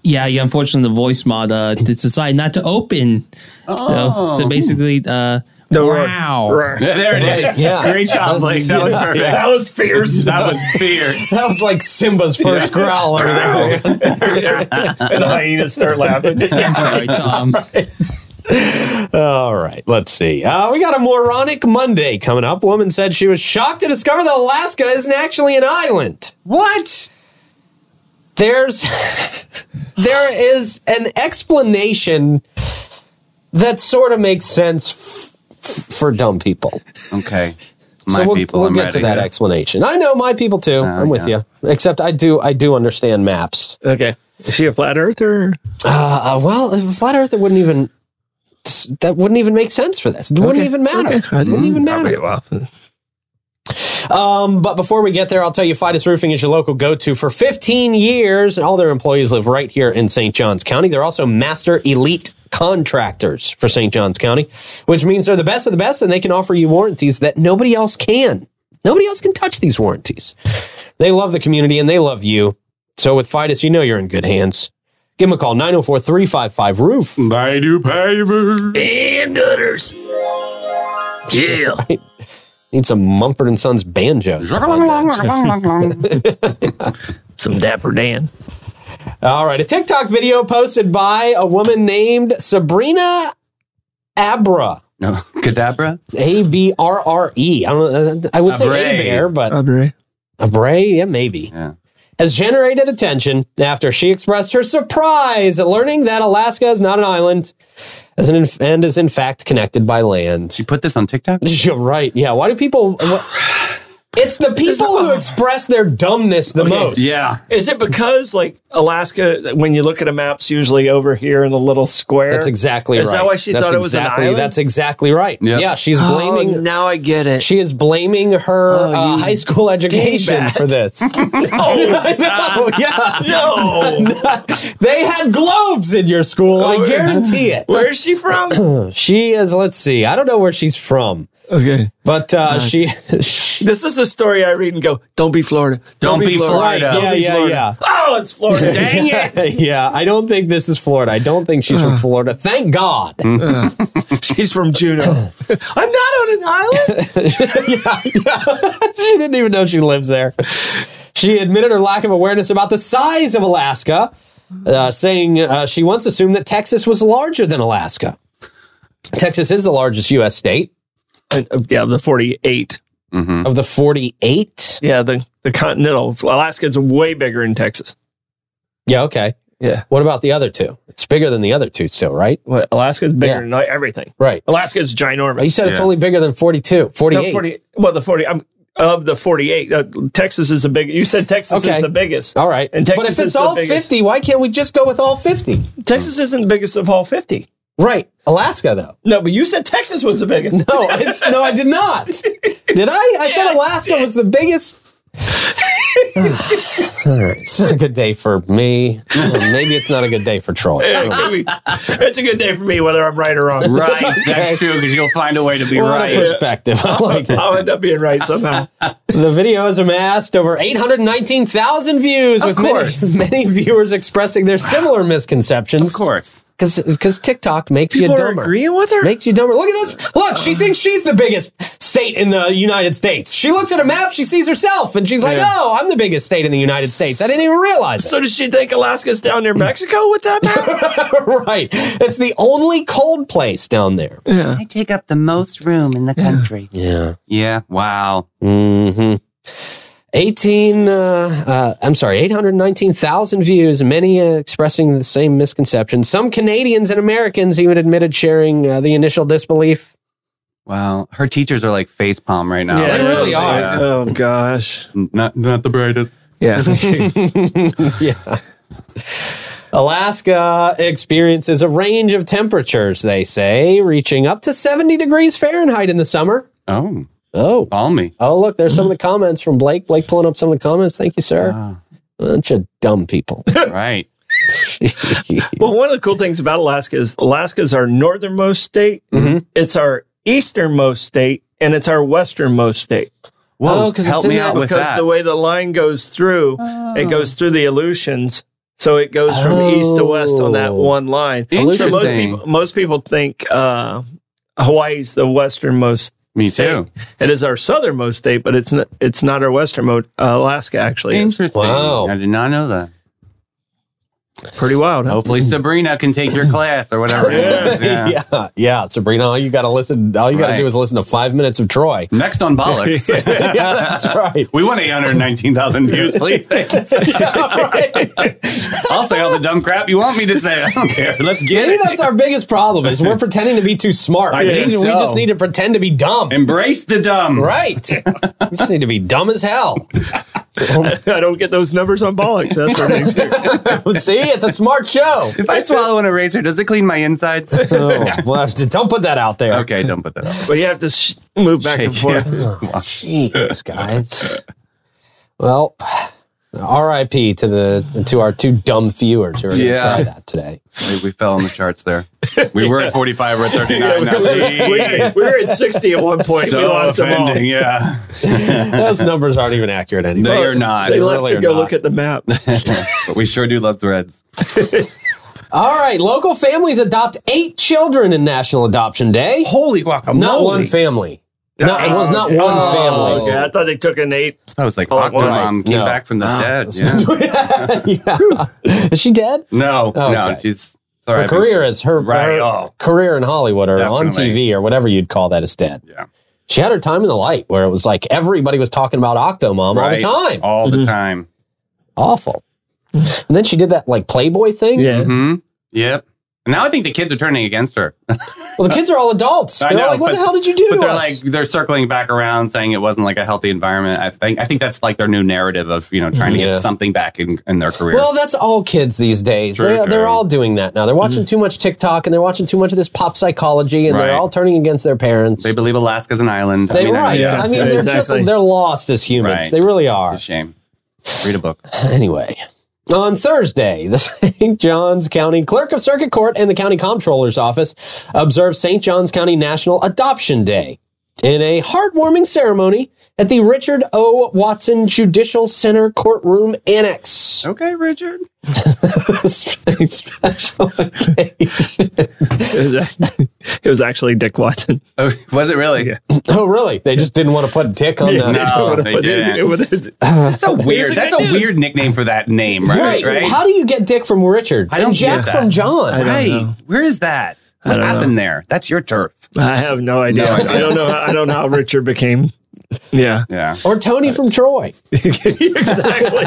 [SPEAKER 5] Yeah, yeah. Unfortunately, the voice mod uh, d- decided not to open. So,
[SPEAKER 6] Oh.
[SPEAKER 5] so basically, uh, wow.
[SPEAKER 2] There it is.
[SPEAKER 1] Yeah.
[SPEAKER 2] Great job, Blake. That was perfect.
[SPEAKER 3] That was fierce.
[SPEAKER 2] That was fierce.
[SPEAKER 1] That was like Simba's first growl over there.
[SPEAKER 4] and the hyenas start laughing.
[SPEAKER 5] I'm sorry, Tom.
[SPEAKER 1] All right, let's see. Uh, we got a moronic Monday coming up. Woman said she was shocked to discover that Alaska isn't actually an island.
[SPEAKER 2] What?
[SPEAKER 1] There's there is an explanation that sort of makes sense f- f- for dumb people.
[SPEAKER 2] Okay.
[SPEAKER 1] So
[SPEAKER 2] My
[SPEAKER 1] we'll,
[SPEAKER 2] people,
[SPEAKER 1] we'll
[SPEAKER 2] I'm
[SPEAKER 1] get
[SPEAKER 2] ready. Oh,
[SPEAKER 1] to that explanation. I know my people too. I'm with
[SPEAKER 2] yeah.
[SPEAKER 1] you. Except I do I do understand maps.
[SPEAKER 4] Okay. Is she a flat earther?
[SPEAKER 1] Uh, uh, well, if a flat Earth, it wouldn't even that wouldn't even make sense for this. It wouldn't even matter.
[SPEAKER 4] Okay. Mm-hmm. I
[SPEAKER 1] It wouldn't
[SPEAKER 4] didn't-
[SPEAKER 1] even matter.
[SPEAKER 4] Okay, well,
[SPEAKER 1] Um, but before we get there, I'll tell you Fidus Roofing is your local go to for 15 years, and all their employees live right here in St. John's County. They're also master elite contractors for St. John's County, which means they're the best of the best, and they can offer you warranties that nobody else can. Nobody else can touch these warranties. They love the community and they love you. So with Fidus, you know you're in good hands. Give them a call, 904 355 Roof.
[SPEAKER 2] I do pavers.
[SPEAKER 3] And gutters. Yeah.
[SPEAKER 1] Need some Mumford and Sons banjo.
[SPEAKER 4] Some Dapper Dan.
[SPEAKER 1] All right, a TikTok video posted by a woman named Sabrina Abra.
[SPEAKER 2] No, cadabra.
[SPEAKER 1] A B R R E. I don't know. I would say
[SPEAKER 2] Abra.
[SPEAKER 1] A Bear, but
[SPEAKER 4] Aubrey.
[SPEAKER 1] Abra, yeah, maybe.
[SPEAKER 2] Yeah.
[SPEAKER 1] Has generated attention after she expressed her surprise at learning that Alaska is not an island as an inf- and is in fact connected by land.
[SPEAKER 2] You put this on TikTok?
[SPEAKER 1] You're right. Yeah. Why do people. It's the people who express their dumbness the most.
[SPEAKER 2] Yeah.
[SPEAKER 4] Is it because like Alaska, when you look at a map, it's usually over here in a little square?
[SPEAKER 1] That's exactly
[SPEAKER 4] Is
[SPEAKER 1] right.
[SPEAKER 4] that why she
[SPEAKER 1] That's
[SPEAKER 4] thought it was an
[SPEAKER 1] exactly-
[SPEAKER 4] island?
[SPEAKER 1] That's exactly right.
[SPEAKER 2] Yep.
[SPEAKER 1] Yeah, she's
[SPEAKER 6] Oh,
[SPEAKER 1] blaming.
[SPEAKER 6] now I get it.
[SPEAKER 1] She is blaming her uh,
[SPEAKER 6] you
[SPEAKER 1] high school education
[SPEAKER 4] dingbat.
[SPEAKER 1] for this. no, no, yeah, no. they had globes in your school. I guarantee it.
[SPEAKER 4] Where is she from?
[SPEAKER 1] She is. Let's see. I don't know where she's from,
[SPEAKER 4] okay.
[SPEAKER 1] but uh, she, she.
[SPEAKER 4] This is a story I read and go,
[SPEAKER 6] Don't be Florida.
[SPEAKER 2] Don't be
[SPEAKER 1] Right.
[SPEAKER 2] Florida.
[SPEAKER 1] Yeah. Yeah. Yeah.
[SPEAKER 4] oh, it's Florida. Dang it.
[SPEAKER 1] yeah. I don't think this is Florida. I don't think she's from Florida. Thank God.
[SPEAKER 4] She's from Juneau. I'm not on an island.
[SPEAKER 1] she didn't even know she lives there. She admitted her lack of awareness about the size of Alaska, uh, saying uh, she once assumed that Texas was larger than Alaska. Texas is the largest U.S. state
[SPEAKER 4] Oh, yeah, the 48.
[SPEAKER 1] of the 48.
[SPEAKER 4] Yeah, the, the continental. Alaska's way bigger than Texas.
[SPEAKER 1] Yeah, okay.
[SPEAKER 4] Yeah.
[SPEAKER 1] What about the other two? It's bigger than the other two, still, right?
[SPEAKER 4] What, Alaska's bigger
[SPEAKER 1] Yeah.
[SPEAKER 4] than like, everything.
[SPEAKER 1] Right. Oh,
[SPEAKER 4] Alaska's ginormous.
[SPEAKER 1] You said it's
[SPEAKER 2] Yeah.
[SPEAKER 1] only bigger than 42,
[SPEAKER 4] No,
[SPEAKER 1] 48.
[SPEAKER 4] 40 well, the 40, I'm, of the 48, uh, Texas is the big. You said Texas
[SPEAKER 1] Okay.
[SPEAKER 4] is the biggest.
[SPEAKER 1] All right.
[SPEAKER 4] And
[SPEAKER 1] but
[SPEAKER 4] Texas
[SPEAKER 1] if it's
[SPEAKER 4] is the
[SPEAKER 1] all
[SPEAKER 4] biggest.
[SPEAKER 1] 50, why can't we just go with all 50?
[SPEAKER 4] Texas isn't the biggest of all 50.
[SPEAKER 1] Right. Alaska, though.
[SPEAKER 4] No, but you said Texas was the biggest.
[SPEAKER 1] No, it's, no, I did not. Did I? I said Alaska was the biggest. All right, it's not a good day for me. Well, maybe it's not a good day for Troy.
[SPEAKER 4] it's a good day for me, whether I'm right or wrong.
[SPEAKER 2] Right. That's true because you'll find a way to be
[SPEAKER 1] What a
[SPEAKER 2] right.
[SPEAKER 1] perspective. I like it.
[SPEAKER 4] I'll end up being right somehow.
[SPEAKER 1] The video has amassed over 819,000 views, with
[SPEAKER 2] course.
[SPEAKER 1] many, many viewers expressing their similar misconceptions.
[SPEAKER 2] Of course.
[SPEAKER 1] Because TikTok makes you
[SPEAKER 4] People are
[SPEAKER 1] dumber.
[SPEAKER 4] agreeing with her?
[SPEAKER 1] Makes you dumber. Look at this. Look, she thinks she's the biggest state in the United States. She looks at a map, she sees herself, and she's like,
[SPEAKER 4] Yeah.
[SPEAKER 1] oh, I'm the biggest state in the United States. I didn't even realize it.
[SPEAKER 4] So does she think Alaska's down near Mexico with that map?
[SPEAKER 1] right. It's the only cold place down there.
[SPEAKER 2] I take up the most room in the country.
[SPEAKER 1] Yeah.
[SPEAKER 2] Yeah. Wow.
[SPEAKER 1] hmm 18, uh, uh, I'm sorry, 819,000 views, many uh, expressing the same misconception. Some Canadians and Americans even admitted sharing uh, the initial disbelief.
[SPEAKER 2] Wow. Her teachers are like facepalm right now.
[SPEAKER 1] They really are.
[SPEAKER 4] Oh gosh.
[SPEAKER 2] Not not the brightest.
[SPEAKER 4] Yeah.
[SPEAKER 1] yeah. Alaska experiences a range of temperatures, they say, reaching up to 70 degrees Fahrenheit in the summer.
[SPEAKER 2] Oh, Mm.
[SPEAKER 1] Oh.
[SPEAKER 2] balmy.
[SPEAKER 1] Oh, look, there's some of the comments from Blake. Blake pulling up some of the comments. Thank you, sir.
[SPEAKER 2] Ah.
[SPEAKER 1] Bunch of dumb people.
[SPEAKER 2] Right.
[SPEAKER 4] well, one of the cool things about Alaska is Alaska's our northernmost state,
[SPEAKER 2] Mm-hmm.
[SPEAKER 4] it's our easternmost state, and it's our westernmost state.
[SPEAKER 2] Whoa.
[SPEAKER 1] Oh, 'cause
[SPEAKER 2] help
[SPEAKER 1] it's in
[SPEAKER 2] me
[SPEAKER 1] that-
[SPEAKER 2] out with
[SPEAKER 4] because
[SPEAKER 2] that.
[SPEAKER 4] the way the line goes through, it goes through the Aleutians. So it goes from east to west on that
[SPEAKER 1] Oh.
[SPEAKER 4] one line. So
[SPEAKER 2] Interesting.
[SPEAKER 4] most people, most people think uh, Hawaii's the westernmost.
[SPEAKER 2] me
[SPEAKER 4] state.
[SPEAKER 2] too.
[SPEAKER 4] It is our southernmost state, but it's not, it's not our westernmost. Uh, Alaska actually is
[SPEAKER 2] Interesting.
[SPEAKER 1] Wow.
[SPEAKER 2] I did not know that.
[SPEAKER 4] pretty wild. Huh?
[SPEAKER 2] Hopefully, Sabrina can take your class or whatever. it is. Yeah.
[SPEAKER 1] yeah. yeah, Sabrina, all you got to listen, all you got to
[SPEAKER 2] Right.
[SPEAKER 1] do is listen to five minutes of Troy.
[SPEAKER 2] Next on Bollocks.
[SPEAKER 1] yeah, that's right.
[SPEAKER 2] We want 819,000 views, please. Thanks. I'll say all the dumb crap you want me to say. I don't care. Let's get
[SPEAKER 1] Maybe
[SPEAKER 2] it.
[SPEAKER 1] that's our biggest problem is we're pretending to be too smart.
[SPEAKER 2] I
[SPEAKER 1] we,
[SPEAKER 2] think
[SPEAKER 1] need- we
[SPEAKER 2] so.
[SPEAKER 1] just need to pretend to be dumb.
[SPEAKER 2] Embrace the dumb.
[SPEAKER 1] Right. we just need to be dumb as hell.
[SPEAKER 4] I don't get those numbers on bollocks. That's for dang sure.
[SPEAKER 1] See, it's a smart show.
[SPEAKER 2] If I swallow an eraser, does it clean my insides?
[SPEAKER 1] Oh, well, don't put that out there.
[SPEAKER 2] okay, don't put that up.
[SPEAKER 4] But you have to sh- move back and forth.
[SPEAKER 1] Jeez, guys. Well, R.I.P. to the to our two dumb viewers who are going to
[SPEAKER 2] Yeah.
[SPEAKER 1] try that today.
[SPEAKER 2] We, we fell on the charts there. We were at 45, we're at 39 now.
[SPEAKER 4] we, we were at 60 at one point. we
[SPEAKER 2] So
[SPEAKER 4] lost
[SPEAKER 2] offending,
[SPEAKER 4] them
[SPEAKER 2] yeah.
[SPEAKER 1] Those numbers aren't even accurate anymore.
[SPEAKER 2] They are
[SPEAKER 4] all.
[SPEAKER 2] not.
[SPEAKER 4] They left
[SPEAKER 1] really
[SPEAKER 4] to go
[SPEAKER 1] are not.
[SPEAKER 4] look at the map.
[SPEAKER 2] But we sure do love threads.
[SPEAKER 1] All right, local families adopt eight children in National Adoption Day.
[SPEAKER 4] Holy guacamole.
[SPEAKER 1] Not one family. No, it was not
[SPEAKER 4] okay.
[SPEAKER 1] one
[SPEAKER 4] Oh,
[SPEAKER 1] family.
[SPEAKER 4] Okay, I thought they took an eight.
[SPEAKER 2] I was like,
[SPEAKER 4] Oh,
[SPEAKER 2] Octomom
[SPEAKER 4] right.
[SPEAKER 2] came
[SPEAKER 1] No.
[SPEAKER 2] back from the
[SPEAKER 1] Ah.
[SPEAKER 2] dead. Yeah.
[SPEAKER 1] yeah. Is she dead?
[SPEAKER 2] No, no,
[SPEAKER 1] Okay.
[SPEAKER 2] she's sorry.
[SPEAKER 1] Her
[SPEAKER 2] I've been-
[SPEAKER 1] career is her,
[SPEAKER 2] Right,
[SPEAKER 1] her
[SPEAKER 2] oh.
[SPEAKER 1] career in Hollywood or on
[SPEAKER 2] Definitely.
[SPEAKER 1] TV or whatever you'd call that is dead.
[SPEAKER 2] Yeah.
[SPEAKER 1] She had her time in the light where it was like everybody was talking about Octomom
[SPEAKER 2] Right,
[SPEAKER 1] all the time. Mm-hmm.
[SPEAKER 2] All the time.
[SPEAKER 1] Awful. And then she did that like Playboy thing.
[SPEAKER 2] hmm Yep. And now I think the kids are turning against her.
[SPEAKER 1] Well, the kids are all adults.
[SPEAKER 2] I
[SPEAKER 1] They're
[SPEAKER 2] know,
[SPEAKER 1] like, what
[SPEAKER 2] but-
[SPEAKER 1] the hell did you do
[SPEAKER 2] But
[SPEAKER 1] to
[SPEAKER 2] they're
[SPEAKER 1] us?
[SPEAKER 2] like they're circling back around saying it wasn't like a healthy environment. I think I think that's like their new narrative of, you know, trying to
[SPEAKER 1] Yeah.
[SPEAKER 2] get something back in, in their career.
[SPEAKER 1] well, that's all kids these days.
[SPEAKER 2] True,
[SPEAKER 1] they're, they're
[SPEAKER 2] true. Mm.
[SPEAKER 1] all doing that now. They're watching too much TikTok and they're watching too much of this pop psychology and
[SPEAKER 2] Right.
[SPEAKER 1] they're all turning against their parents.
[SPEAKER 2] they believe Alaska's an island.
[SPEAKER 1] They,
[SPEAKER 2] I
[SPEAKER 1] right.
[SPEAKER 2] it's
[SPEAKER 4] yeah,
[SPEAKER 1] I mean, they're
[SPEAKER 4] exactly.
[SPEAKER 1] just they're lost as humans.
[SPEAKER 2] Right.
[SPEAKER 1] They really are.
[SPEAKER 2] a shame. Read a book.
[SPEAKER 1] Anyway, on Thursday, the St. John's County Clerk of Circuit Court and the County Comptroller's Office observed St. John's County National Adoption Day in a heartwarming ceremony at the Richard O. Watson Judicial Center Courtroom Annex.
[SPEAKER 2] Okay, Richard.
[SPEAKER 1] Special occasion.
[SPEAKER 4] It was, it was actually Dick Watson.
[SPEAKER 2] Oh, was it really?
[SPEAKER 4] Yeah.
[SPEAKER 1] Oh, really? They just didn't want to put dick on the.
[SPEAKER 2] No, they
[SPEAKER 4] But it-
[SPEAKER 2] didn't.
[SPEAKER 4] it was-
[SPEAKER 2] That's so weird.
[SPEAKER 1] good
[SPEAKER 2] That's a
[SPEAKER 1] dude.
[SPEAKER 2] weird nickname for that name, right?
[SPEAKER 1] Right.
[SPEAKER 2] Right.
[SPEAKER 1] How do you get dick from Richard?
[SPEAKER 2] I don't
[SPEAKER 1] and Jack
[SPEAKER 2] get that.
[SPEAKER 1] from John.
[SPEAKER 4] don't
[SPEAKER 2] right.
[SPEAKER 4] know.
[SPEAKER 2] Where is that? What
[SPEAKER 4] don't
[SPEAKER 2] happened there? That's your turf.
[SPEAKER 4] I have no idea.
[SPEAKER 2] No idea.
[SPEAKER 4] I don't know. I don't know how Richard became. Yeah,
[SPEAKER 2] Yeah.
[SPEAKER 1] Or Tony from Troy.
[SPEAKER 4] exactly.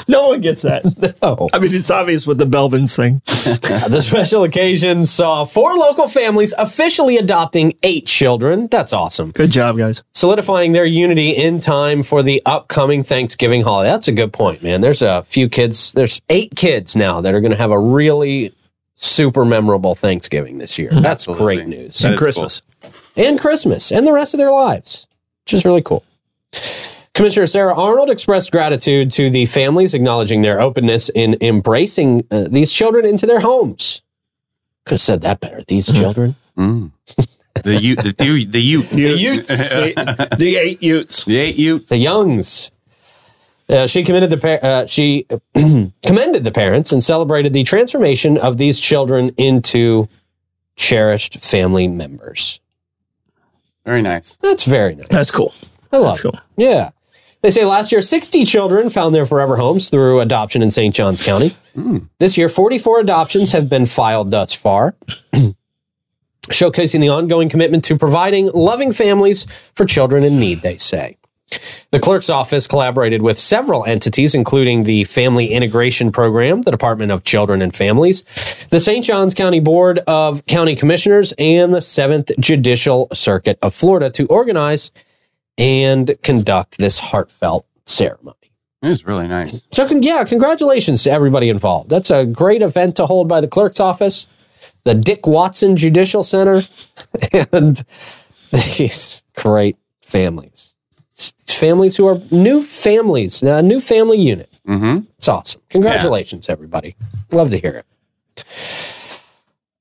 [SPEAKER 4] no one gets that.
[SPEAKER 1] Oh.
[SPEAKER 4] I mean, it's obvious with the Belvins thing.
[SPEAKER 1] The special occasion saw four local families officially adopting eight children. That's awesome.
[SPEAKER 4] Good job, guys.
[SPEAKER 1] Solidifying their unity in time for the upcoming Thanksgiving holiday. That's a good point, man. There's a few kids, there's eight kids now that are going to have a really super memorable Thanksgiving this year. That's
[SPEAKER 2] Absolutely.
[SPEAKER 1] great news.
[SPEAKER 2] That is cool.
[SPEAKER 4] Christmas.
[SPEAKER 1] and Christmas and the rest of their lives, which is really cool. Commissioner Sarah Arnold expressed gratitude to the families, acknowledging their openness in embracing uh, these children into their homes. Could have said that better. These
[SPEAKER 4] Mm-hmm.
[SPEAKER 1] children.
[SPEAKER 2] Mm. The you the you the you
[SPEAKER 4] The
[SPEAKER 2] the
[SPEAKER 4] The eight Utes.
[SPEAKER 2] eight you
[SPEAKER 1] the Youngs. Uh, she committed the par- uh, she commended the parents and celebrated the transformation of these children into cherished family members.
[SPEAKER 2] very nice.
[SPEAKER 1] That's very nice.
[SPEAKER 4] That's cool.
[SPEAKER 1] I love
[SPEAKER 4] That's
[SPEAKER 1] it.
[SPEAKER 4] cool.
[SPEAKER 1] Yeah. They say last year, 60 children found their forever homes through adoption in St. Johns County. This year, 44 adoptions have been filed thus far, showcasing the ongoing commitment to providing loving families for children in need, they say. The clerk's office collaborated with several entities, including the Family Integration Program, the Department of Children and Families, the St. Johns County Board of County Commissioners, and the 7th Judicial Circuit of Florida to organize and conduct this heartfelt ceremony.
[SPEAKER 2] It was really nice.
[SPEAKER 1] So, con- yeah, congratulations to everybody involved. That's a great event to hold by the clerk's office, the Dick Watson Judicial Center, and these great families. S- Families who are new families, a new family unit.
[SPEAKER 2] Mm-hmm.
[SPEAKER 1] It's awesome. Congratulations, everybody. Love to hear it.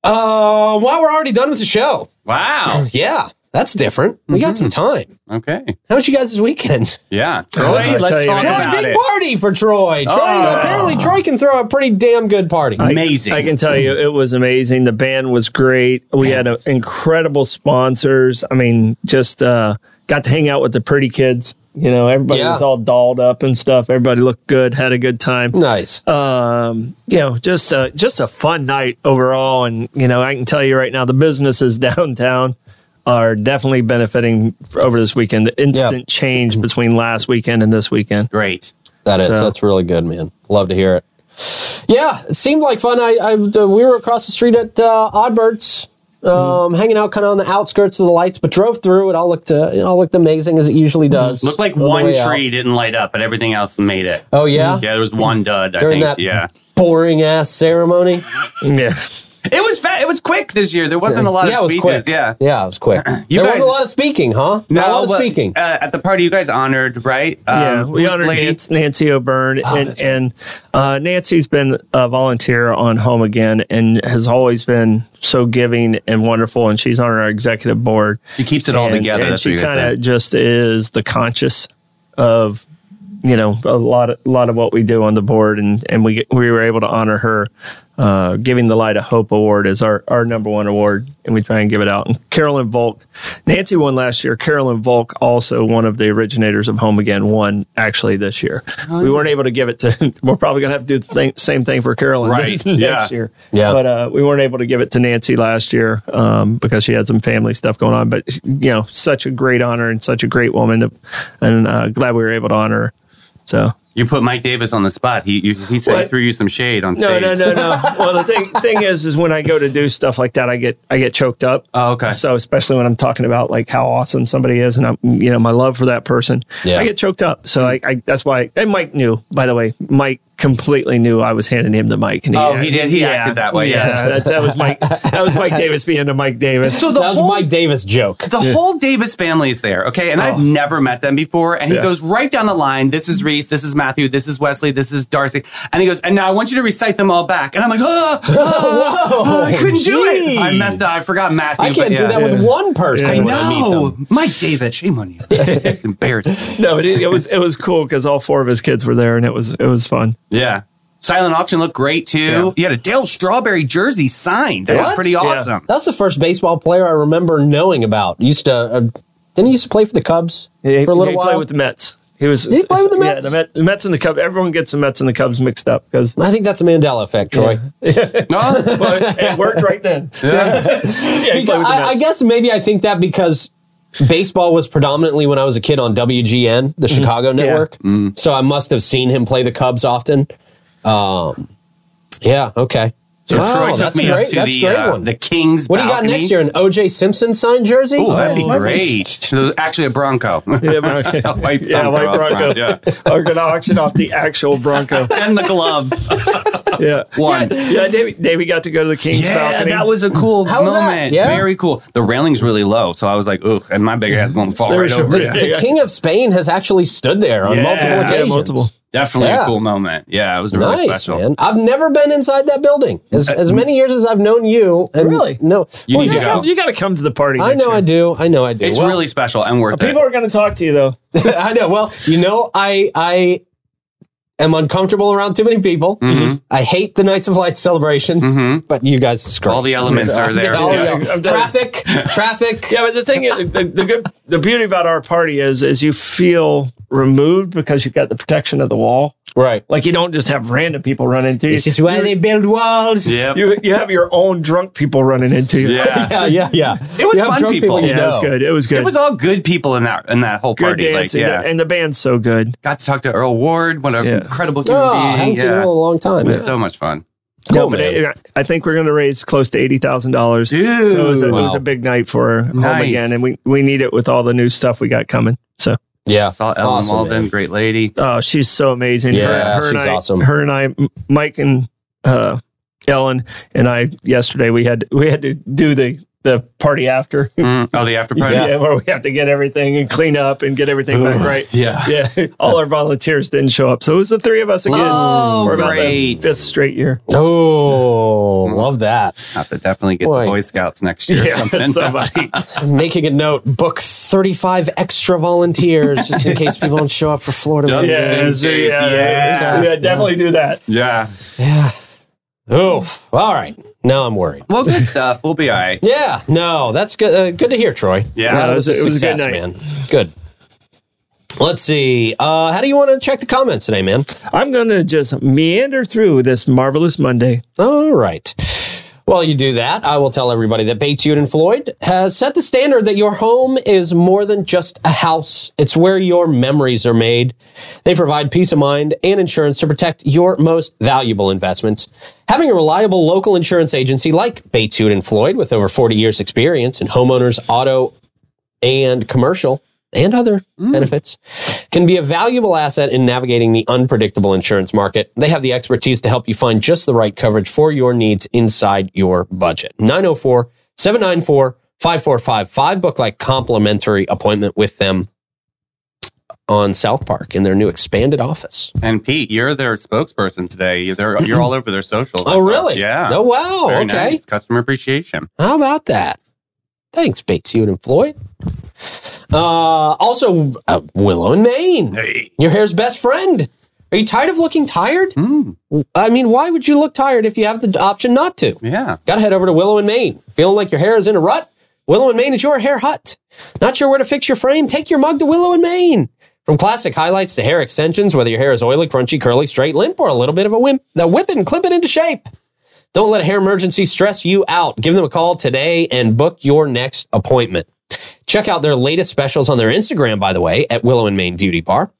[SPEAKER 1] Uh, well, we're already done with the show.
[SPEAKER 2] Wow.
[SPEAKER 1] Yeah, that's different. We got some time.
[SPEAKER 2] Okay.
[SPEAKER 1] How was you guys this weekend?
[SPEAKER 2] Yeah. Troy,
[SPEAKER 4] I'll tell
[SPEAKER 2] let's
[SPEAKER 4] you
[SPEAKER 2] talk
[SPEAKER 4] right
[SPEAKER 1] Troy,
[SPEAKER 2] about
[SPEAKER 1] big
[SPEAKER 2] it.
[SPEAKER 1] party for Troy. Troy
[SPEAKER 2] Oh.
[SPEAKER 1] apparently Troy can throw a pretty damn good party.
[SPEAKER 2] Amazing.
[SPEAKER 4] I, I can tell you, it was amazing. The band was great. We had uh incredible sponsors. I mean, just uh, got to hang out with the pretty kids. You know, everybody
[SPEAKER 1] Yeah.
[SPEAKER 4] was all dolled up and stuff. Everybody looked good, had a good time.
[SPEAKER 1] nice.
[SPEAKER 2] Uh,
[SPEAKER 4] Um, you know, just a, just a fun night overall. And you know, I can tell you right now, the businesses downtown are definitely benefiting over this weekend. The instant change between last weekend and this weekend.
[SPEAKER 2] Great.
[SPEAKER 1] that is.
[SPEAKER 4] so-
[SPEAKER 1] That's really good, man. Love to hear it. Yeah, it seemed like fun. I, I uh, we were across the street at uh, Oddbirds
[SPEAKER 2] Mm-hmm.
[SPEAKER 1] um, hanging out kind of on the outskirts of the lights, but drove through. It all looked uh, it all looked amazing as it usually does.
[SPEAKER 2] Mm-hmm. Looked like
[SPEAKER 1] on the
[SPEAKER 2] one
[SPEAKER 1] way out.
[SPEAKER 2] tree didn't light up, but everything else made it. Mm-hmm.
[SPEAKER 1] Oh yeah,
[SPEAKER 2] Yeah, there was one dud. I
[SPEAKER 1] During
[SPEAKER 2] think.
[SPEAKER 1] that-
[SPEAKER 2] Yeah,
[SPEAKER 1] boring ass ceremony.
[SPEAKER 4] Yeah.
[SPEAKER 2] it was fat. It was quick this year. There wasn't a lot
[SPEAKER 1] yeah,
[SPEAKER 2] of
[SPEAKER 1] it was
[SPEAKER 2] speeches.
[SPEAKER 1] quick.
[SPEAKER 2] Yeah.
[SPEAKER 1] yeah, it was quick.
[SPEAKER 2] You
[SPEAKER 1] there
[SPEAKER 2] guys-
[SPEAKER 1] wasn't a lot of speaking, huh? Not a lot of
[SPEAKER 2] but,
[SPEAKER 1] speaking.
[SPEAKER 2] Uh, at the party, you guys honored, right?
[SPEAKER 4] yeah,
[SPEAKER 2] Um,
[SPEAKER 4] we Oh,
[SPEAKER 2] who's the
[SPEAKER 4] honored
[SPEAKER 2] lady?
[SPEAKER 4] Nancy, Nancy O'Byrne, and, and uh, Nancy's been a volunteer on Home Again and has always been so giving and wonderful. And she's on our executive board.
[SPEAKER 2] She keeps it all
[SPEAKER 4] and,
[SPEAKER 2] together.
[SPEAKER 4] and
[SPEAKER 2] that's what
[SPEAKER 4] she
[SPEAKER 2] you guys
[SPEAKER 4] kind
[SPEAKER 2] said.
[SPEAKER 4] of just is the conscious of you know a lot of, lot of what we do on the board, and and we we were able to honor her. Uh, giving the Light of Hope Award is our, our number one award, and we try and give it out. And Carolyn Volk, Nancy won last year. Carolyn Volk, also one of the originators of Home Again, won actually this year. we weren't able to give it to. We're probably going to have to do the thing, same thing for Carolyn
[SPEAKER 2] Right,
[SPEAKER 4] next
[SPEAKER 2] yeah.
[SPEAKER 4] year.
[SPEAKER 1] Yeah.
[SPEAKER 4] But uh, we weren't able to give it to Nancy last year um, because she had some family stuff going on. But you know, such a great honor and such a great woman, to, and uh, glad we were able to honor. her. So
[SPEAKER 2] You put Mike Davis on the spot. He you, he said he
[SPEAKER 4] What?
[SPEAKER 2] threw you some shade on
[SPEAKER 4] no,
[SPEAKER 2] stage.
[SPEAKER 4] no, no, no. well, the thing thing is, is when I go to do stuff like that, I get I get choked up.
[SPEAKER 2] Oh, okay.
[SPEAKER 4] So especially when I'm talking about like how awesome somebody is, and I'm you know my love for that person,
[SPEAKER 1] Yeah.
[SPEAKER 4] I get choked up. So I, I that's why. And Mike knew, by the way, Mike completely knew I was handing him the mic. And
[SPEAKER 2] Oh, he did? He acted that way, yeah.
[SPEAKER 4] that's, that was Mike. That was Mike Davis being a Mike Davis.
[SPEAKER 2] So the
[SPEAKER 1] that was
[SPEAKER 2] whole
[SPEAKER 1] my Davis joke.
[SPEAKER 2] the whole Davis family is there, okay? And
[SPEAKER 1] Oh.
[SPEAKER 2] I've never met them before. And he
[SPEAKER 4] Yeah.
[SPEAKER 2] goes right down the line. This is Reese. This is Matthew. This is Wesley. This is Darcy. And he goes, and now I want you to recite them all back. And I'm like, oh, I couldn't do it. I messed up. I forgot Matthew.
[SPEAKER 1] I can't
[SPEAKER 2] but
[SPEAKER 1] do
[SPEAKER 2] yeah.
[SPEAKER 1] that with one person.
[SPEAKER 2] I
[SPEAKER 1] when meet
[SPEAKER 2] know.
[SPEAKER 1] them.
[SPEAKER 2] Mike David, shame on you. it's embarrassing.
[SPEAKER 4] No, but it, it was it was cool because all four of his kids were there, and it was it was fun.
[SPEAKER 2] Yeah. Silent auction looked great too.
[SPEAKER 4] Yeah.
[SPEAKER 2] You had a Dale Strawberry jersey signed. That was
[SPEAKER 1] What?
[SPEAKER 2] pretty
[SPEAKER 1] Yeah.
[SPEAKER 2] awesome.
[SPEAKER 1] That's the first baseball player I remember knowing about. Used to uh, didn't he used to play for the Cubs
[SPEAKER 4] He-
[SPEAKER 1] for a little
[SPEAKER 4] he
[SPEAKER 1] while.
[SPEAKER 4] played with the Mets. He was.
[SPEAKER 1] he play with the
[SPEAKER 4] Yeah,
[SPEAKER 1] Mets?
[SPEAKER 4] the, Met, the Mets and the Cubs. Everyone gets the Mets and the Cubs mixed up because
[SPEAKER 1] I think that's a Mandela effect, Troy. Oh,
[SPEAKER 2] No,
[SPEAKER 4] well, it, it worked right then. yeah, he played
[SPEAKER 1] Because
[SPEAKER 4] with the
[SPEAKER 1] I, I
[SPEAKER 4] Mets.
[SPEAKER 1] guess maybe I think that because baseball was predominantly when I was a kid on WGN, the
[SPEAKER 4] Mm-hmm.
[SPEAKER 1] Chicago network. So I must have seen him play the Cubs often. Um, yeah. Okay.
[SPEAKER 2] so Troy took
[SPEAKER 1] that's
[SPEAKER 2] me
[SPEAKER 1] a great.
[SPEAKER 2] up to
[SPEAKER 1] That's
[SPEAKER 2] the,
[SPEAKER 1] a great
[SPEAKER 2] uh,
[SPEAKER 1] one.
[SPEAKER 2] the Kings.
[SPEAKER 1] what do you got
[SPEAKER 2] balcony.
[SPEAKER 1] next year? An OJ Simpson signed jersey?
[SPEAKER 2] Oh, that'd be
[SPEAKER 1] Oh,
[SPEAKER 2] great. There's actually a Bronco.
[SPEAKER 4] Yeah, Bronco.
[SPEAKER 2] A white
[SPEAKER 4] yeah,
[SPEAKER 2] Bronco
[SPEAKER 4] white
[SPEAKER 2] up
[SPEAKER 4] Bronco.
[SPEAKER 2] front, yeah.
[SPEAKER 4] Are going to auction off the actual Bronco.
[SPEAKER 2] and the glove.
[SPEAKER 4] Yeah.
[SPEAKER 2] One.
[SPEAKER 4] Yeah, Davey, Davey got to go to the King's
[SPEAKER 2] Yeah,
[SPEAKER 4] balcony.
[SPEAKER 2] that was a cool
[SPEAKER 1] How was that?
[SPEAKER 2] moment.
[SPEAKER 1] Yeah?
[SPEAKER 2] Very cool. The railing's really low, so I was like, ooh, and my big ass won't fall
[SPEAKER 4] There
[SPEAKER 2] right
[SPEAKER 4] was
[SPEAKER 2] over
[SPEAKER 4] a-
[SPEAKER 2] it.
[SPEAKER 1] The
[SPEAKER 4] Yeah.
[SPEAKER 1] King of Spain has actually stood there on
[SPEAKER 4] Yeah,
[SPEAKER 1] multiple
[SPEAKER 4] yeah,
[SPEAKER 1] occasions.
[SPEAKER 4] multiple.
[SPEAKER 2] Definitely
[SPEAKER 1] Yeah.
[SPEAKER 2] a cool moment. Yeah, it was really
[SPEAKER 1] Nice,
[SPEAKER 2] special.
[SPEAKER 1] man. I've never been inside that building.
[SPEAKER 4] Uh,
[SPEAKER 1] As, as many years as I've known you. and-
[SPEAKER 4] Really?
[SPEAKER 1] No.
[SPEAKER 2] You
[SPEAKER 1] Well,
[SPEAKER 2] need
[SPEAKER 1] yeah,
[SPEAKER 2] to go.
[SPEAKER 4] You got to come to the party.
[SPEAKER 1] I
[SPEAKER 4] next
[SPEAKER 1] know
[SPEAKER 4] year.
[SPEAKER 1] I do. I know I do.
[SPEAKER 2] It's
[SPEAKER 1] Well,
[SPEAKER 2] really special and worth
[SPEAKER 4] People
[SPEAKER 2] it.
[SPEAKER 4] are going to talk to you though.
[SPEAKER 1] I know. Well, you know, I I am uncomfortable around too many people.
[SPEAKER 2] Mm-hmm.
[SPEAKER 1] I hate the Knights of Light celebration, but you guys screw.
[SPEAKER 2] All the elements are there.
[SPEAKER 1] All
[SPEAKER 2] Yeah.
[SPEAKER 1] the-
[SPEAKER 4] I'm telling
[SPEAKER 1] traffic, traffic.
[SPEAKER 4] Yeah, but the thing is, the, the good, the beauty about our party is, is you feel removed because you've got the protection of the wall.
[SPEAKER 1] Right.
[SPEAKER 4] Like you don't just have random people run into you.
[SPEAKER 1] This is why
[SPEAKER 4] You're-
[SPEAKER 1] they build walls.
[SPEAKER 2] Yep.
[SPEAKER 4] you you have your own drunk people running into you.
[SPEAKER 2] yeah.
[SPEAKER 1] Yeah, yeah, yeah.
[SPEAKER 2] It was
[SPEAKER 1] You have
[SPEAKER 2] fun
[SPEAKER 1] drunk
[SPEAKER 2] people.
[SPEAKER 1] you
[SPEAKER 4] Yeah, it was
[SPEAKER 1] know.
[SPEAKER 4] good. It was good.
[SPEAKER 2] It was all good people in that in that whole
[SPEAKER 4] good
[SPEAKER 2] party. Like,
[SPEAKER 4] dancing,
[SPEAKER 2] yeah.
[SPEAKER 4] and the band's so good.
[SPEAKER 2] Got to talk to Earl Ward, what an
[SPEAKER 4] Yeah.
[SPEAKER 2] incredible human
[SPEAKER 1] Oh, I
[SPEAKER 2] being.
[SPEAKER 1] haven't seen it in
[SPEAKER 2] Yeah.
[SPEAKER 1] a long time.
[SPEAKER 2] It was so much fun.
[SPEAKER 1] Cool,
[SPEAKER 4] no, but
[SPEAKER 1] man.
[SPEAKER 4] it, I think we're going to raise close to eighty thousand dollars. So
[SPEAKER 2] Dude.
[SPEAKER 4] it was, a, it was
[SPEAKER 1] Wow.
[SPEAKER 4] a big night for home
[SPEAKER 2] Nice.
[SPEAKER 4] again, and we we need it with all the new stuff we got coming. So.
[SPEAKER 1] yeah.
[SPEAKER 2] Saw Ellen
[SPEAKER 1] Awesome,
[SPEAKER 2] Walden,
[SPEAKER 1] man.
[SPEAKER 2] great lady.
[SPEAKER 4] Oh, she's so amazing.
[SPEAKER 1] Yeah,
[SPEAKER 4] her, her
[SPEAKER 1] she's
[SPEAKER 4] and I,
[SPEAKER 1] awesome.
[SPEAKER 4] Her and I, M- Mike and uh, Ellen and I yesterday we had we had to do the the party after.
[SPEAKER 2] Mm. Oh, the after party.
[SPEAKER 4] Yeah, where we have to get everything and clean up and get everything back right.
[SPEAKER 1] Yeah.
[SPEAKER 4] Yeah, all our volunteers didn't show up, so it was the three of us again
[SPEAKER 2] Oh,
[SPEAKER 4] for about the
[SPEAKER 2] great.
[SPEAKER 4] fifth straight year.
[SPEAKER 1] Oh,
[SPEAKER 4] Mm-hmm.
[SPEAKER 1] love that.
[SPEAKER 2] Have to definitely get
[SPEAKER 1] Boy.
[SPEAKER 2] the Boy Scouts next year. or something.
[SPEAKER 4] somebody.
[SPEAKER 1] Making a note, book 35 extra volunteers just in case people don't show up for Florida.
[SPEAKER 2] Done.
[SPEAKER 1] Wednesday.
[SPEAKER 4] yeah, so, yeah,
[SPEAKER 2] Yeah.
[SPEAKER 4] yeah, definitely do that.
[SPEAKER 2] Yeah.
[SPEAKER 1] Yeah. Oof. All right. Now I'm worried.
[SPEAKER 2] Well, good stuff. We'll be all right.
[SPEAKER 1] Yeah. No, that's good. Uh, good to hear, Troy.
[SPEAKER 2] Yeah.
[SPEAKER 1] Glad
[SPEAKER 2] No,
[SPEAKER 4] it was- it was a good night.
[SPEAKER 1] man. Good. Let's see. Uh, how do you want to check the comments today, man?
[SPEAKER 4] I'm gonna just meander through this marvelous Monday.
[SPEAKER 1] All right. While you do that, I will tell everybody that Bates, Ute, and Floyd has set the standard that your home is more than just a house. It's where your memories are made. They provide peace of mind and insurance to protect your most valuable investments. Having a reliable local insurance agency like Bates, Ute, and Floyd with over 40 years experience in homeowners, auto, and commercial and other benefits can be a valuable asset in navigating the unpredictable insurance market. They have the expertise to help you find just the right coverage for your needs inside your budget. 904 794 5455. Book like complimentary appointment with them on South Park in their new expanded office.
[SPEAKER 2] And Pete, you're their spokesperson today. They're, you're all over their socials. I
[SPEAKER 1] Oh,
[SPEAKER 2] saw.
[SPEAKER 1] really?
[SPEAKER 2] Yeah.
[SPEAKER 1] Oh, wow.
[SPEAKER 2] Very
[SPEAKER 1] okay.
[SPEAKER 2] nice. Customer appreciation.
[SPEAKER 1] How about that? Thanks, Bates, Hewitt, and Floyd. Uh, also, uh, Willow and Maine.
[SPEAKER 2] Hey.
[SPEAKER 1] Your hair's best friend. Are you tired of looking tired?
[SPEAKER 2] Mm,
[SPEAKER 1] I mean, why would you look tired if you have the option not to?
[SPEAKER 2] yeah.
[SPEAKER 1] Gotta head over to Willow and Maine. Feeling like your hair is in a rut? Willow and Maine is your hair hut. Not sure where to fix your frame? Take your mug to Willow and Maine. From classic highlights to hair extensions, whether your hair is oily, crunchy, curly, straight, limp, or a little bit of a wimp, they'll whip it and clip it into shape. Don't let a hair emergency stress you out. Give them a call today and book your next appointment. Check out their latest specials on their Instagram, by the way, at Willow and Maine Beauty Bar.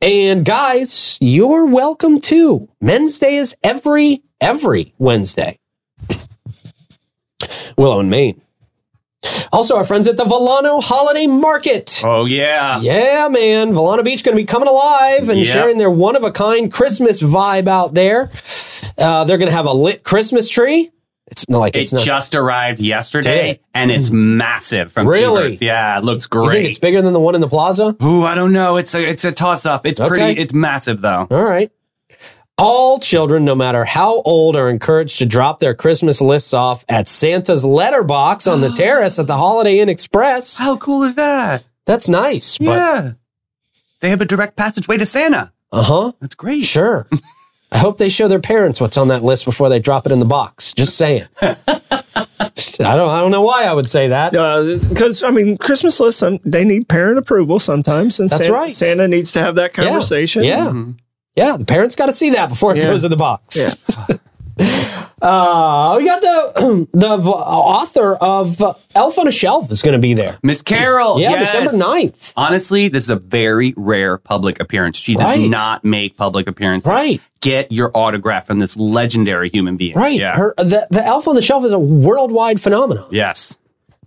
[SPEAKER 1] And guys, you're welcome too. Men's Day is every, every Wednesday. Willow and Maine. Also, our friends at the Volano Holiday Market.
[SPEAKER 2] Oh, yeah.
[SPEAKER 1] Yeah, man. Volano Beach going to be coming alive and
[SPEAKER 2] Yep.
[SPEAKER 1] sharing their one of a kind Christmas vibe out there. Uh, they're going to have a lit Christmas tree. It's not like it's
[SPEAKER 2] It
[SPEAKER 1] not.
[SPEAKER 2] just arrived yesterday
[SPEAKER 1] Today.
[SPEAKER 2] and it's massive from
[SPEAKER 1] Really?
[SPEAKER 2] Seaverts. Yeah, it looks
[SPEAKER 1] you
[SPEAKER 2] great.
[SPEAKER 1] think it's bigger than the one in the plaza?
[SPEAKER 2] Ooh, I don't know. It's a it's a toss up. It's
[SPEAKER 1] Okay.
[SPEAKER 2] pretty. It's massive though.
[SPEAKER 1] All right. All children, no matter how old, are encouraged to drop their Christmas lists off at Santa's letterbox on the terrace at the Holiday Inn Express.
[SPEAKER 2] How cool is that?
[SPEAKER 1] That's nice, but
[SPEAKER 2] yeah, they have a direct passageway to Santa.
[SPEAKER 1] uh huh.
[SPEAKER 2] That's great.
[SPEAKER 1] Sure. I hope they show their parents what's on that list before they drop it in the box. Just saying. I don't. I don't know why I would say that.
[SPEAKER 4] Because uh, I mean, Christmas lists um, they need parent approval sometimes, and
[SPEAKER 1] That's
[SPEAKER 4] Santa,
[SPEAKER 1] right.
[SPEAKER 4] Santa needs to have that
[SPEAKER 1] Yeah.
[SPEAKER 4] conversation. Mm-hmm.
[SPEAKER 1] Yeah. Yeah. The parents got to see that before it
[SPEAKER 4] Yeah.
[SPEAKER 1] goes in the box.
[SPEAKER 4] Yeah.
[SPEAKER 1] uh, we got the the v- author of uh, Elf on a Shelf is going to be there.
[SPEAKER 2] Miss Carol.
[SPEAKER 1] Yeah,
[SPEAKER 2] yes.
[SPEAKER 1] December 9th.
[SPEAKER 2] Honestly, this is a very rare public appearance. She does
[SPEAKER 1] Right.
[SPEAKER 2] not make public appearances.
[SPEAKER 1] Right.
[SPEAKER 2] Get your autograph from this legendary human being.
[SPEAKER 1] Right.
[SPEAKER 2] Yeah.
[SPEAKER 1] Her the, the Elf on the Shelf is a worldwide phenomenon.
[SPEAKER 2] yes.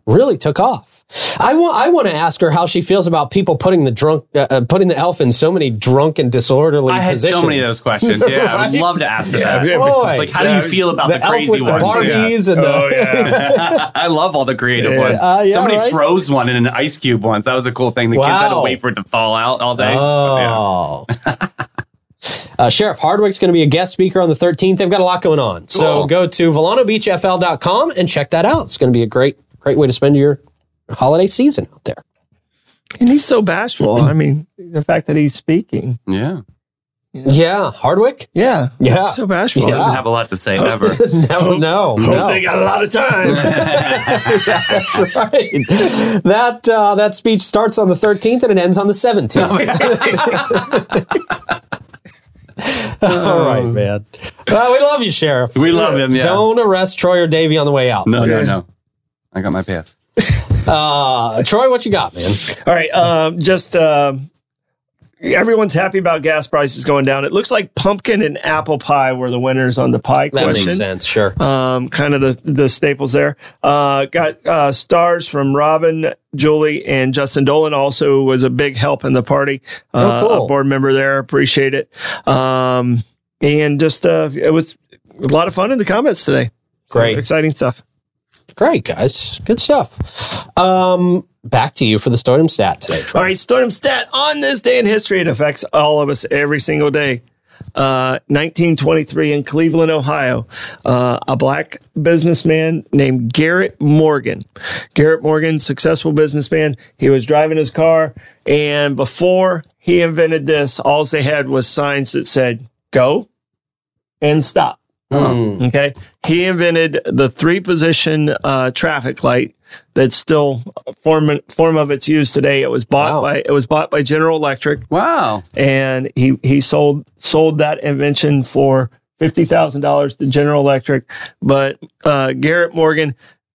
[SPEAKER 1] Really took off. I want I want to ask her how she feels about people putting the drunk uh, uh, putting the elf in so many drunk and disorderly
[SPEAKER 2] I had
[SPEAKER 1] positions.
[SPEAKER 2] so many of those questions. Yeah, I'd
[SPEAKER 1] Right?
[SPEAKER 2] love to ask her that.
[SPEAKER 4] yeah.
[SPEAKER 1] Boy.
[SPEAKER 2] Like, how do you feel about
[SPEAKER 1] the,
[SPEAKER 2] the,
[SPEAKER 1] elf
[SPEAKER 2] crazy
[SPEAKER 1] with the
[SPEAKER 2] ones? Yeah.
[SPEAKER 1] Barbies and the
[SPEAKER 4] Oh yeah.
[SPEAKER 2] I love all the creative
[SPEAKER 4] Yeah.
[SPEAKER 2] ones.
[SPEAKER 1] Uh, yeah,
[SPEAKER 2] Somebody
[SPEAKER 1] right?
[SPEAKER 2] froze one in an ice cube once. That was a cool thing. The kids had to
[SPEAKER 1] Wow.
[SPEAKER 2] wait for it to thaw out all day. Yeah.
[SPEAKER 1] Oh. uh, Sheriff Hardwick's going to be a guest speaker on the 13th. They've got a lot going on. So
[SPEAKER 2] Cool.
[SPEAKER 1] go to VolanoBeachFL.com and check that out. It's going to be a great, great way to spend your holiday season out there.
[SPEAKER 4] And he's so bashful. I mean, the fact that he's speaking.
[SPEAKER 2] yeah.
[SPEAKER 1] Yeah. Hardwick?
[SPEAKER 4] Yeah.
[SPEAKER 1] Yeah.
[SPEAKER 4] So bashful.
[SPEAKER 1] Yeah.
[SPEAKER 2] Doesn't have a lot to say ever.
[SPEAKER 1] No, no, no.
[SPEAKER 4] got a lot of time.
[SPEAKER 1] That's right. That uh, that speech starts on the 13th and it ends on the
[SPEAKER 4] Oh,
[SPEAKER 1] 17th. All right, man. Well, we love you, Sheriff.
[SPEAKER 2] we love him. Yeah.
[SPEAKER 1] Don't arrest Troy or Davey on the way out.
[SPEAKER 2] No, no, no. I got my pass.
[SPEAKER 1] Uh, Troy, what you got, man?
[SPEAKER 4] All right. Um, just um, everyone's happy about gas prices going down. It looks like pumpkin and apple pie were the winners on the pie
[SPEAKER 1] That
[SPEAKER 4] question.
[SPEAKER 1] makes sense. Sure.
[SPEAKER 4] um, kind of the the staples there. Uh, got uh, stars from Robin, Julie, and Justin Dolan. Also was a big help in the party. Uh,
[SPEAKER 1] Oh, cool.
[SPEAKER 4] a board member there, appreciate it. Um, and just uh, it was a lot of fun in the comments today. So,
[SPEAKER 1] Great.
[SPEAKER 4] exciting stuff.
[SPEAKER 1] Great, guys. Good stuff. Um, back to you for the stardom stat today, Troy.
[SPEAKER 4] All right, Stardom stat on this day in history. It affects all of us every single day. Uh, 1923 in Cleveland, Ohio, uh, a black businessman named Garrett Morgan. Garrett Morgan, successful businessman. He was driving his car, and before he invented this, all they had was signs that said "Go" and "Stop." Okay, he invented the three-position uh, traffic light that's still a form form of its use today. It was
[SPEAKER 1] Wow.
[SPEAKER 4] bought by it was bought by General Electric
[SPEAKER 2] Wow.
[SPEAKER 4] and he he sold sold that invention for $50,000 to General Electric. But uh, Garrett Morgan,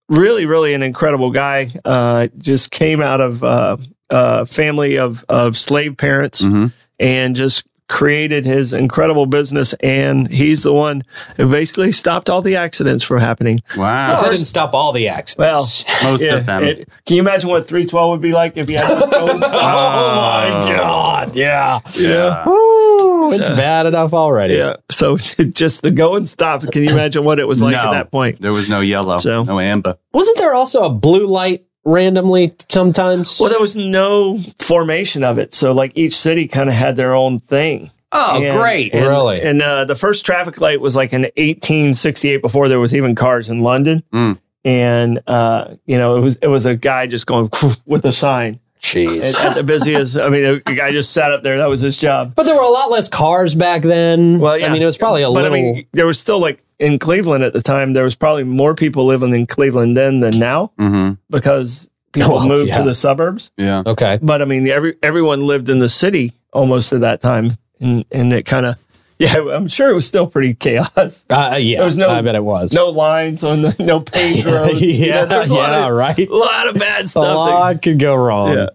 [SPEAKER 4] really, really an incredible guy, uh, just came out of uh, a family of, of slave parents
[SPEAKER 2] Mhm.
[SPEAKER 4] and just created his incredible business. And he's the one who basically stopped all the accidents from happening.
[SPEAKER 2] Wow.
[SPEAKER 1] that didn't stop all the accidents.
[SPEAKER 4] Well,
[SPEAKER 2] Most
[SPEAKER 4] yeah,
[SPEAKER 2] of them.
[SPEAKER 4] it- can you imagine what 312 would be like if you had this going
[SPEAKER 2] Uh,
[SPEAKER 1] oh my god! Yeah,
[SPEAKER 4] Yeah.
[SPEAKER 1] Woo, it's bad enough already.
[SPEAKER 4] Yeah. So just the going stop. Can you imagine what it was like at that point?
[SPEAKER 2] There was no yellow,
[SPEAKER 4] So-
[SPEAKER 2] no amber.
[SPEAKER 1] Wasn't there also a blue light randomly sometimes?
[SPEAKER 4] Well, there was no formation of it. So like each city kind of had their own thing.
[SPEAKER 2] Oh,
[SPEAKER 4] And-
[SPEAKER 2] great.
[SPEAKER 4] and-
[SPEAKER 1] Really?
[SPEAKER 4] And uh, the first traffic light was like in 1868 before there was even cars in London.
[SPEAKER 2] Mm.
[SPEAKER 4] And uh, you know, it was it was a guy just going with a sign
[SPEAKER 1] Jeez.
[SPEAKER 4] at, at the busiest. I mean, a guy just sat up there. That was his job.
[SPEAKER 1] But there were a lot less cars back then.
[SPEAKER 4] Well, yeah.
[SPEAKER 1] I mean, it was probably a
[SPEAKER 4] but
[SPEAKER 1] little.
[SPEAKER 4] I mean, there was still like in Cleveland at the time, there was probably more people living in Cleveland then than now
[SPEAKER 2] Mm-hmm.
[SPEAKER 4] because people
[SPEAKER 1] Oh,
[SPEAKER 4] moved
[SPEAKER 1] yeah.
[SPEAKER 4] to the suburbs.
[SPEAKER 2] Yeah.
[SPEAKER 1] okay.
[SPEAKER 4] But I mean, every everyone lived in the city almost at that time, and and it kind of yeah, I'm sure it was still pretty chaos.
[SPEAKER 1] Uh, yeah.
[SPEAKER 4] There was no-
[SPEAKER 1] I bet it was.
[SPEAKER 4] No lines on the no paved
[SPEAKER 1] yeah,
[SPEAKER 4] roads. You know,
[SPEAKER 1] yeah,
[SPEAKER 4] there's a lot of-
[SPEAKER 1] right.
[SPEAKER 4] A lot of bad
[SPEAKER 1] A
[SPEAKER 4] stuff. that-
[SPEAKER 1] lot could go wrong.
[SPEAKER 4] Yeah.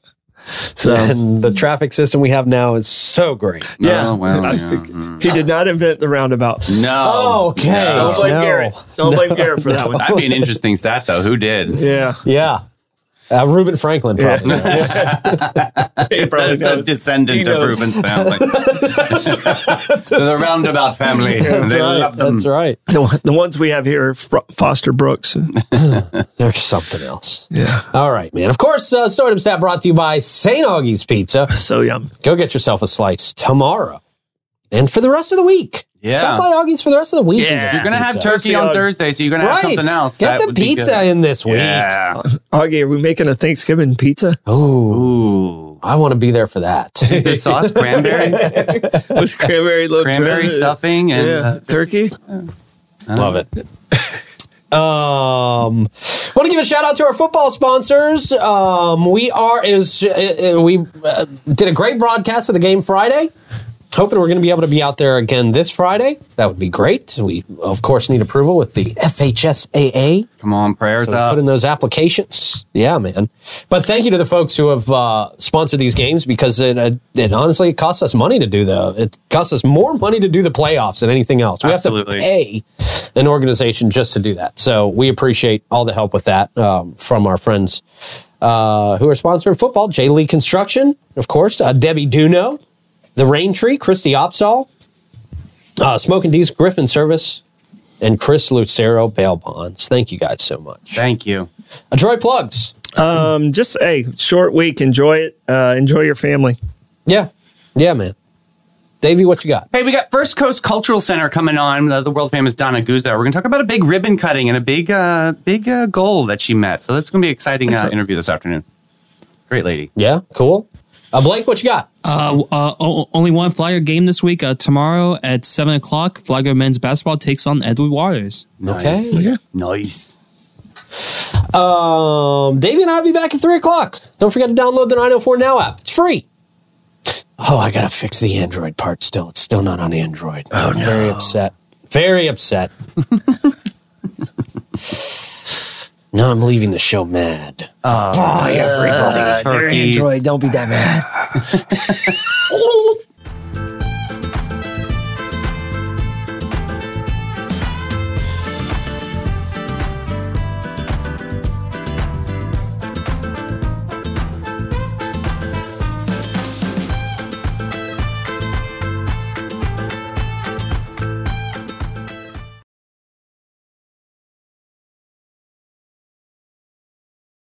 [SPEAKER 4] So
[SPEAKER 1] And the traffic system we have now is so great.
[SPEAKER 4] yeah,
[SPEAKER 2] Oh, well,
[SPEAKER 4] I
[SPEAKER 2] yeah.
[SPEAKER 4] think
[SPEAKER 2] Mm.
[SPEAKER 4] he did not invent the roundabout.
[SPEAKER 2] No.
[SPEAKER 1] Oh, okay.
[SPEAKER 4] Don't
[SPEAKER 2] No.
[SPEAKER 4] blame
[SPEAKER 1] No.
[SPEAKER 4] Garrett. Don't blame Garrett for that one.
[SPEAKER 2] That'd be an interesting stat, though. Who did?
[SPEAKER 4] Yeah,
[SPEAKER 1] Yeah. Uh, Reuben Franklin
[SPEAKER 4] Yeah.
[SPEAKER 1] probably.
[SPEAKER 4] he probably
[SPEAKER 2] That's a
[SPEAKER 4] knows. He
[SPEAKER 2] descendant of
[SPEAKER 4] knows.
[SPEAKER 2] Reuben's family. the roundabout family. they
[SPEAKER 1] Right,
[SPEAKER 2] love them.
[SPEAKER 1] That's right.
[SPEAKER 4] The, one- the ones we have here, Fro- Foster Brooks.
[SPEAKER 1] There's something else.
[SPEAKER 4] Yeah.
[SPEAKER 1] All right, man. Of course, uh, Stardom Stat brought to you by St. Augie's Pizza.
[SPEAKER 4] So yum.
[SPEAKER 1] Go get yourself a slice tomorrow and for the rest of the week.
[SPEAKER 2] Yeah.
[SPEAKER 1] Stop by Augie's for the rest of the week. and
[SPEAKER 4] Yeah.
[SPEAKER 1] get
[SPEAKER 2] You're
[SPEAKER 1] your
[SPEAKER 2] gonna have
[SPEAKER 1] pizza.
[SPEAKER 2] turkey
[SPEAKER 4] Let's see,
[SPEAKER 2] on
[SPEAKER 4] uh,
[SPEAKER 2] Thursday, so you're gonna have something else.
[SPEAKER 1] Get
[SPEAKER 2] That
[SPEAKER 1] the
[SPEAKER 2] would be
[SPEAKER 1] pizza
[SPEAKER 2] good.
[SPEAKER 1] in this week.
[SPEAKER 2] Yeah.
[SPEAKER 4] Augie, are we making a Thanksgiving pizza?
[SPEAKER 1] Oh,
[SPEAKER 2] Ooh.
[SPEAKER 1] I want to be there for that.
[SPEAKER 2] Is the sauce cranberry,
[SPEAKER 4] With cranberry, little
[SPEAKER 2] cranberry stuffing, and uh,
[SPEAKER 4] Yeah. Turkey?
[SPEAKER 1] Love it. Um, want to give a shout out to our football sponsors. Um, we are is uh, uh, we uh, did a great broadcast of the game Friday. Hoping we're going to be able to be out there again this Friday. That would be great. We of course need approval with the FHSAA.
[SPEAKER 2] come on, prayers
[SPEAKER 1] So
[SPEAKER 2] up.
[SPEAKER 1] put in those applications. Yeah, man. But thank you to the folks who have uh, sponsored these games because it, uh, it honestly it costs us money to do the. It costs us more money to do the playoffs than anything else. We
[SPEAKER 2] Absolutely.
[SPEAKER 1] have to pay an organization just to do that. So we appreciate all the help with that um, from our friends uh, who are sponsoring football. J Lee Construction, of course. Uh, Debbie Duno, the Rain Tree, Christy Opsall, uh, Smoke and D's Griffin Service. And Chris Lucero Bail Bonds. Thank you guys so much.
[SPEAKER 2] Thank you.
[SPEAKER 1] Droid plugs.
[SPEAKER 4] Um, just hey, short week. Enjoy it. Uh, enjoy your family.
[SPEAKER 1] Yeah. Yeah, man. Davey, what you got?
[SPEAKER 2] Hey, we got First Coast Cultural Center coming on. The, the world famous Donna Guzzo. We're going to talk about a big ribbon cutting and a big, uh, big uh, goal that she met. So that's going to be an exciting uh,
[SPEAKER 4] Excellent.
[SPEAKER 2] interview this afternoon. Great lady.
[SPEAKER 1] Yeah, cool. Uh, Blake, what you got?
[SPEAKER 5] Uh, uh, o- only one Flyer game this week. Uh, tomorrow at seven o'clock, Flyer men's basketball takes on Edward Waters.
[SPEAKER 1] Okay.
[SPEAKER 2] Nice. Nice.
[SPEAKER 1] Um, Davey and I will be back at 3 o'clock. Don't forget to download the 904 Now app. It's free. Oh, I got to fix the Android part still. It's still not on Android. Oh, I'm very upset. Very upset. now I'm leaving the show mad.
[SPEAKER 6] Everybody.
[SPEAKER 2] Turkeys.
[SPEAKER 6] don't be that mad.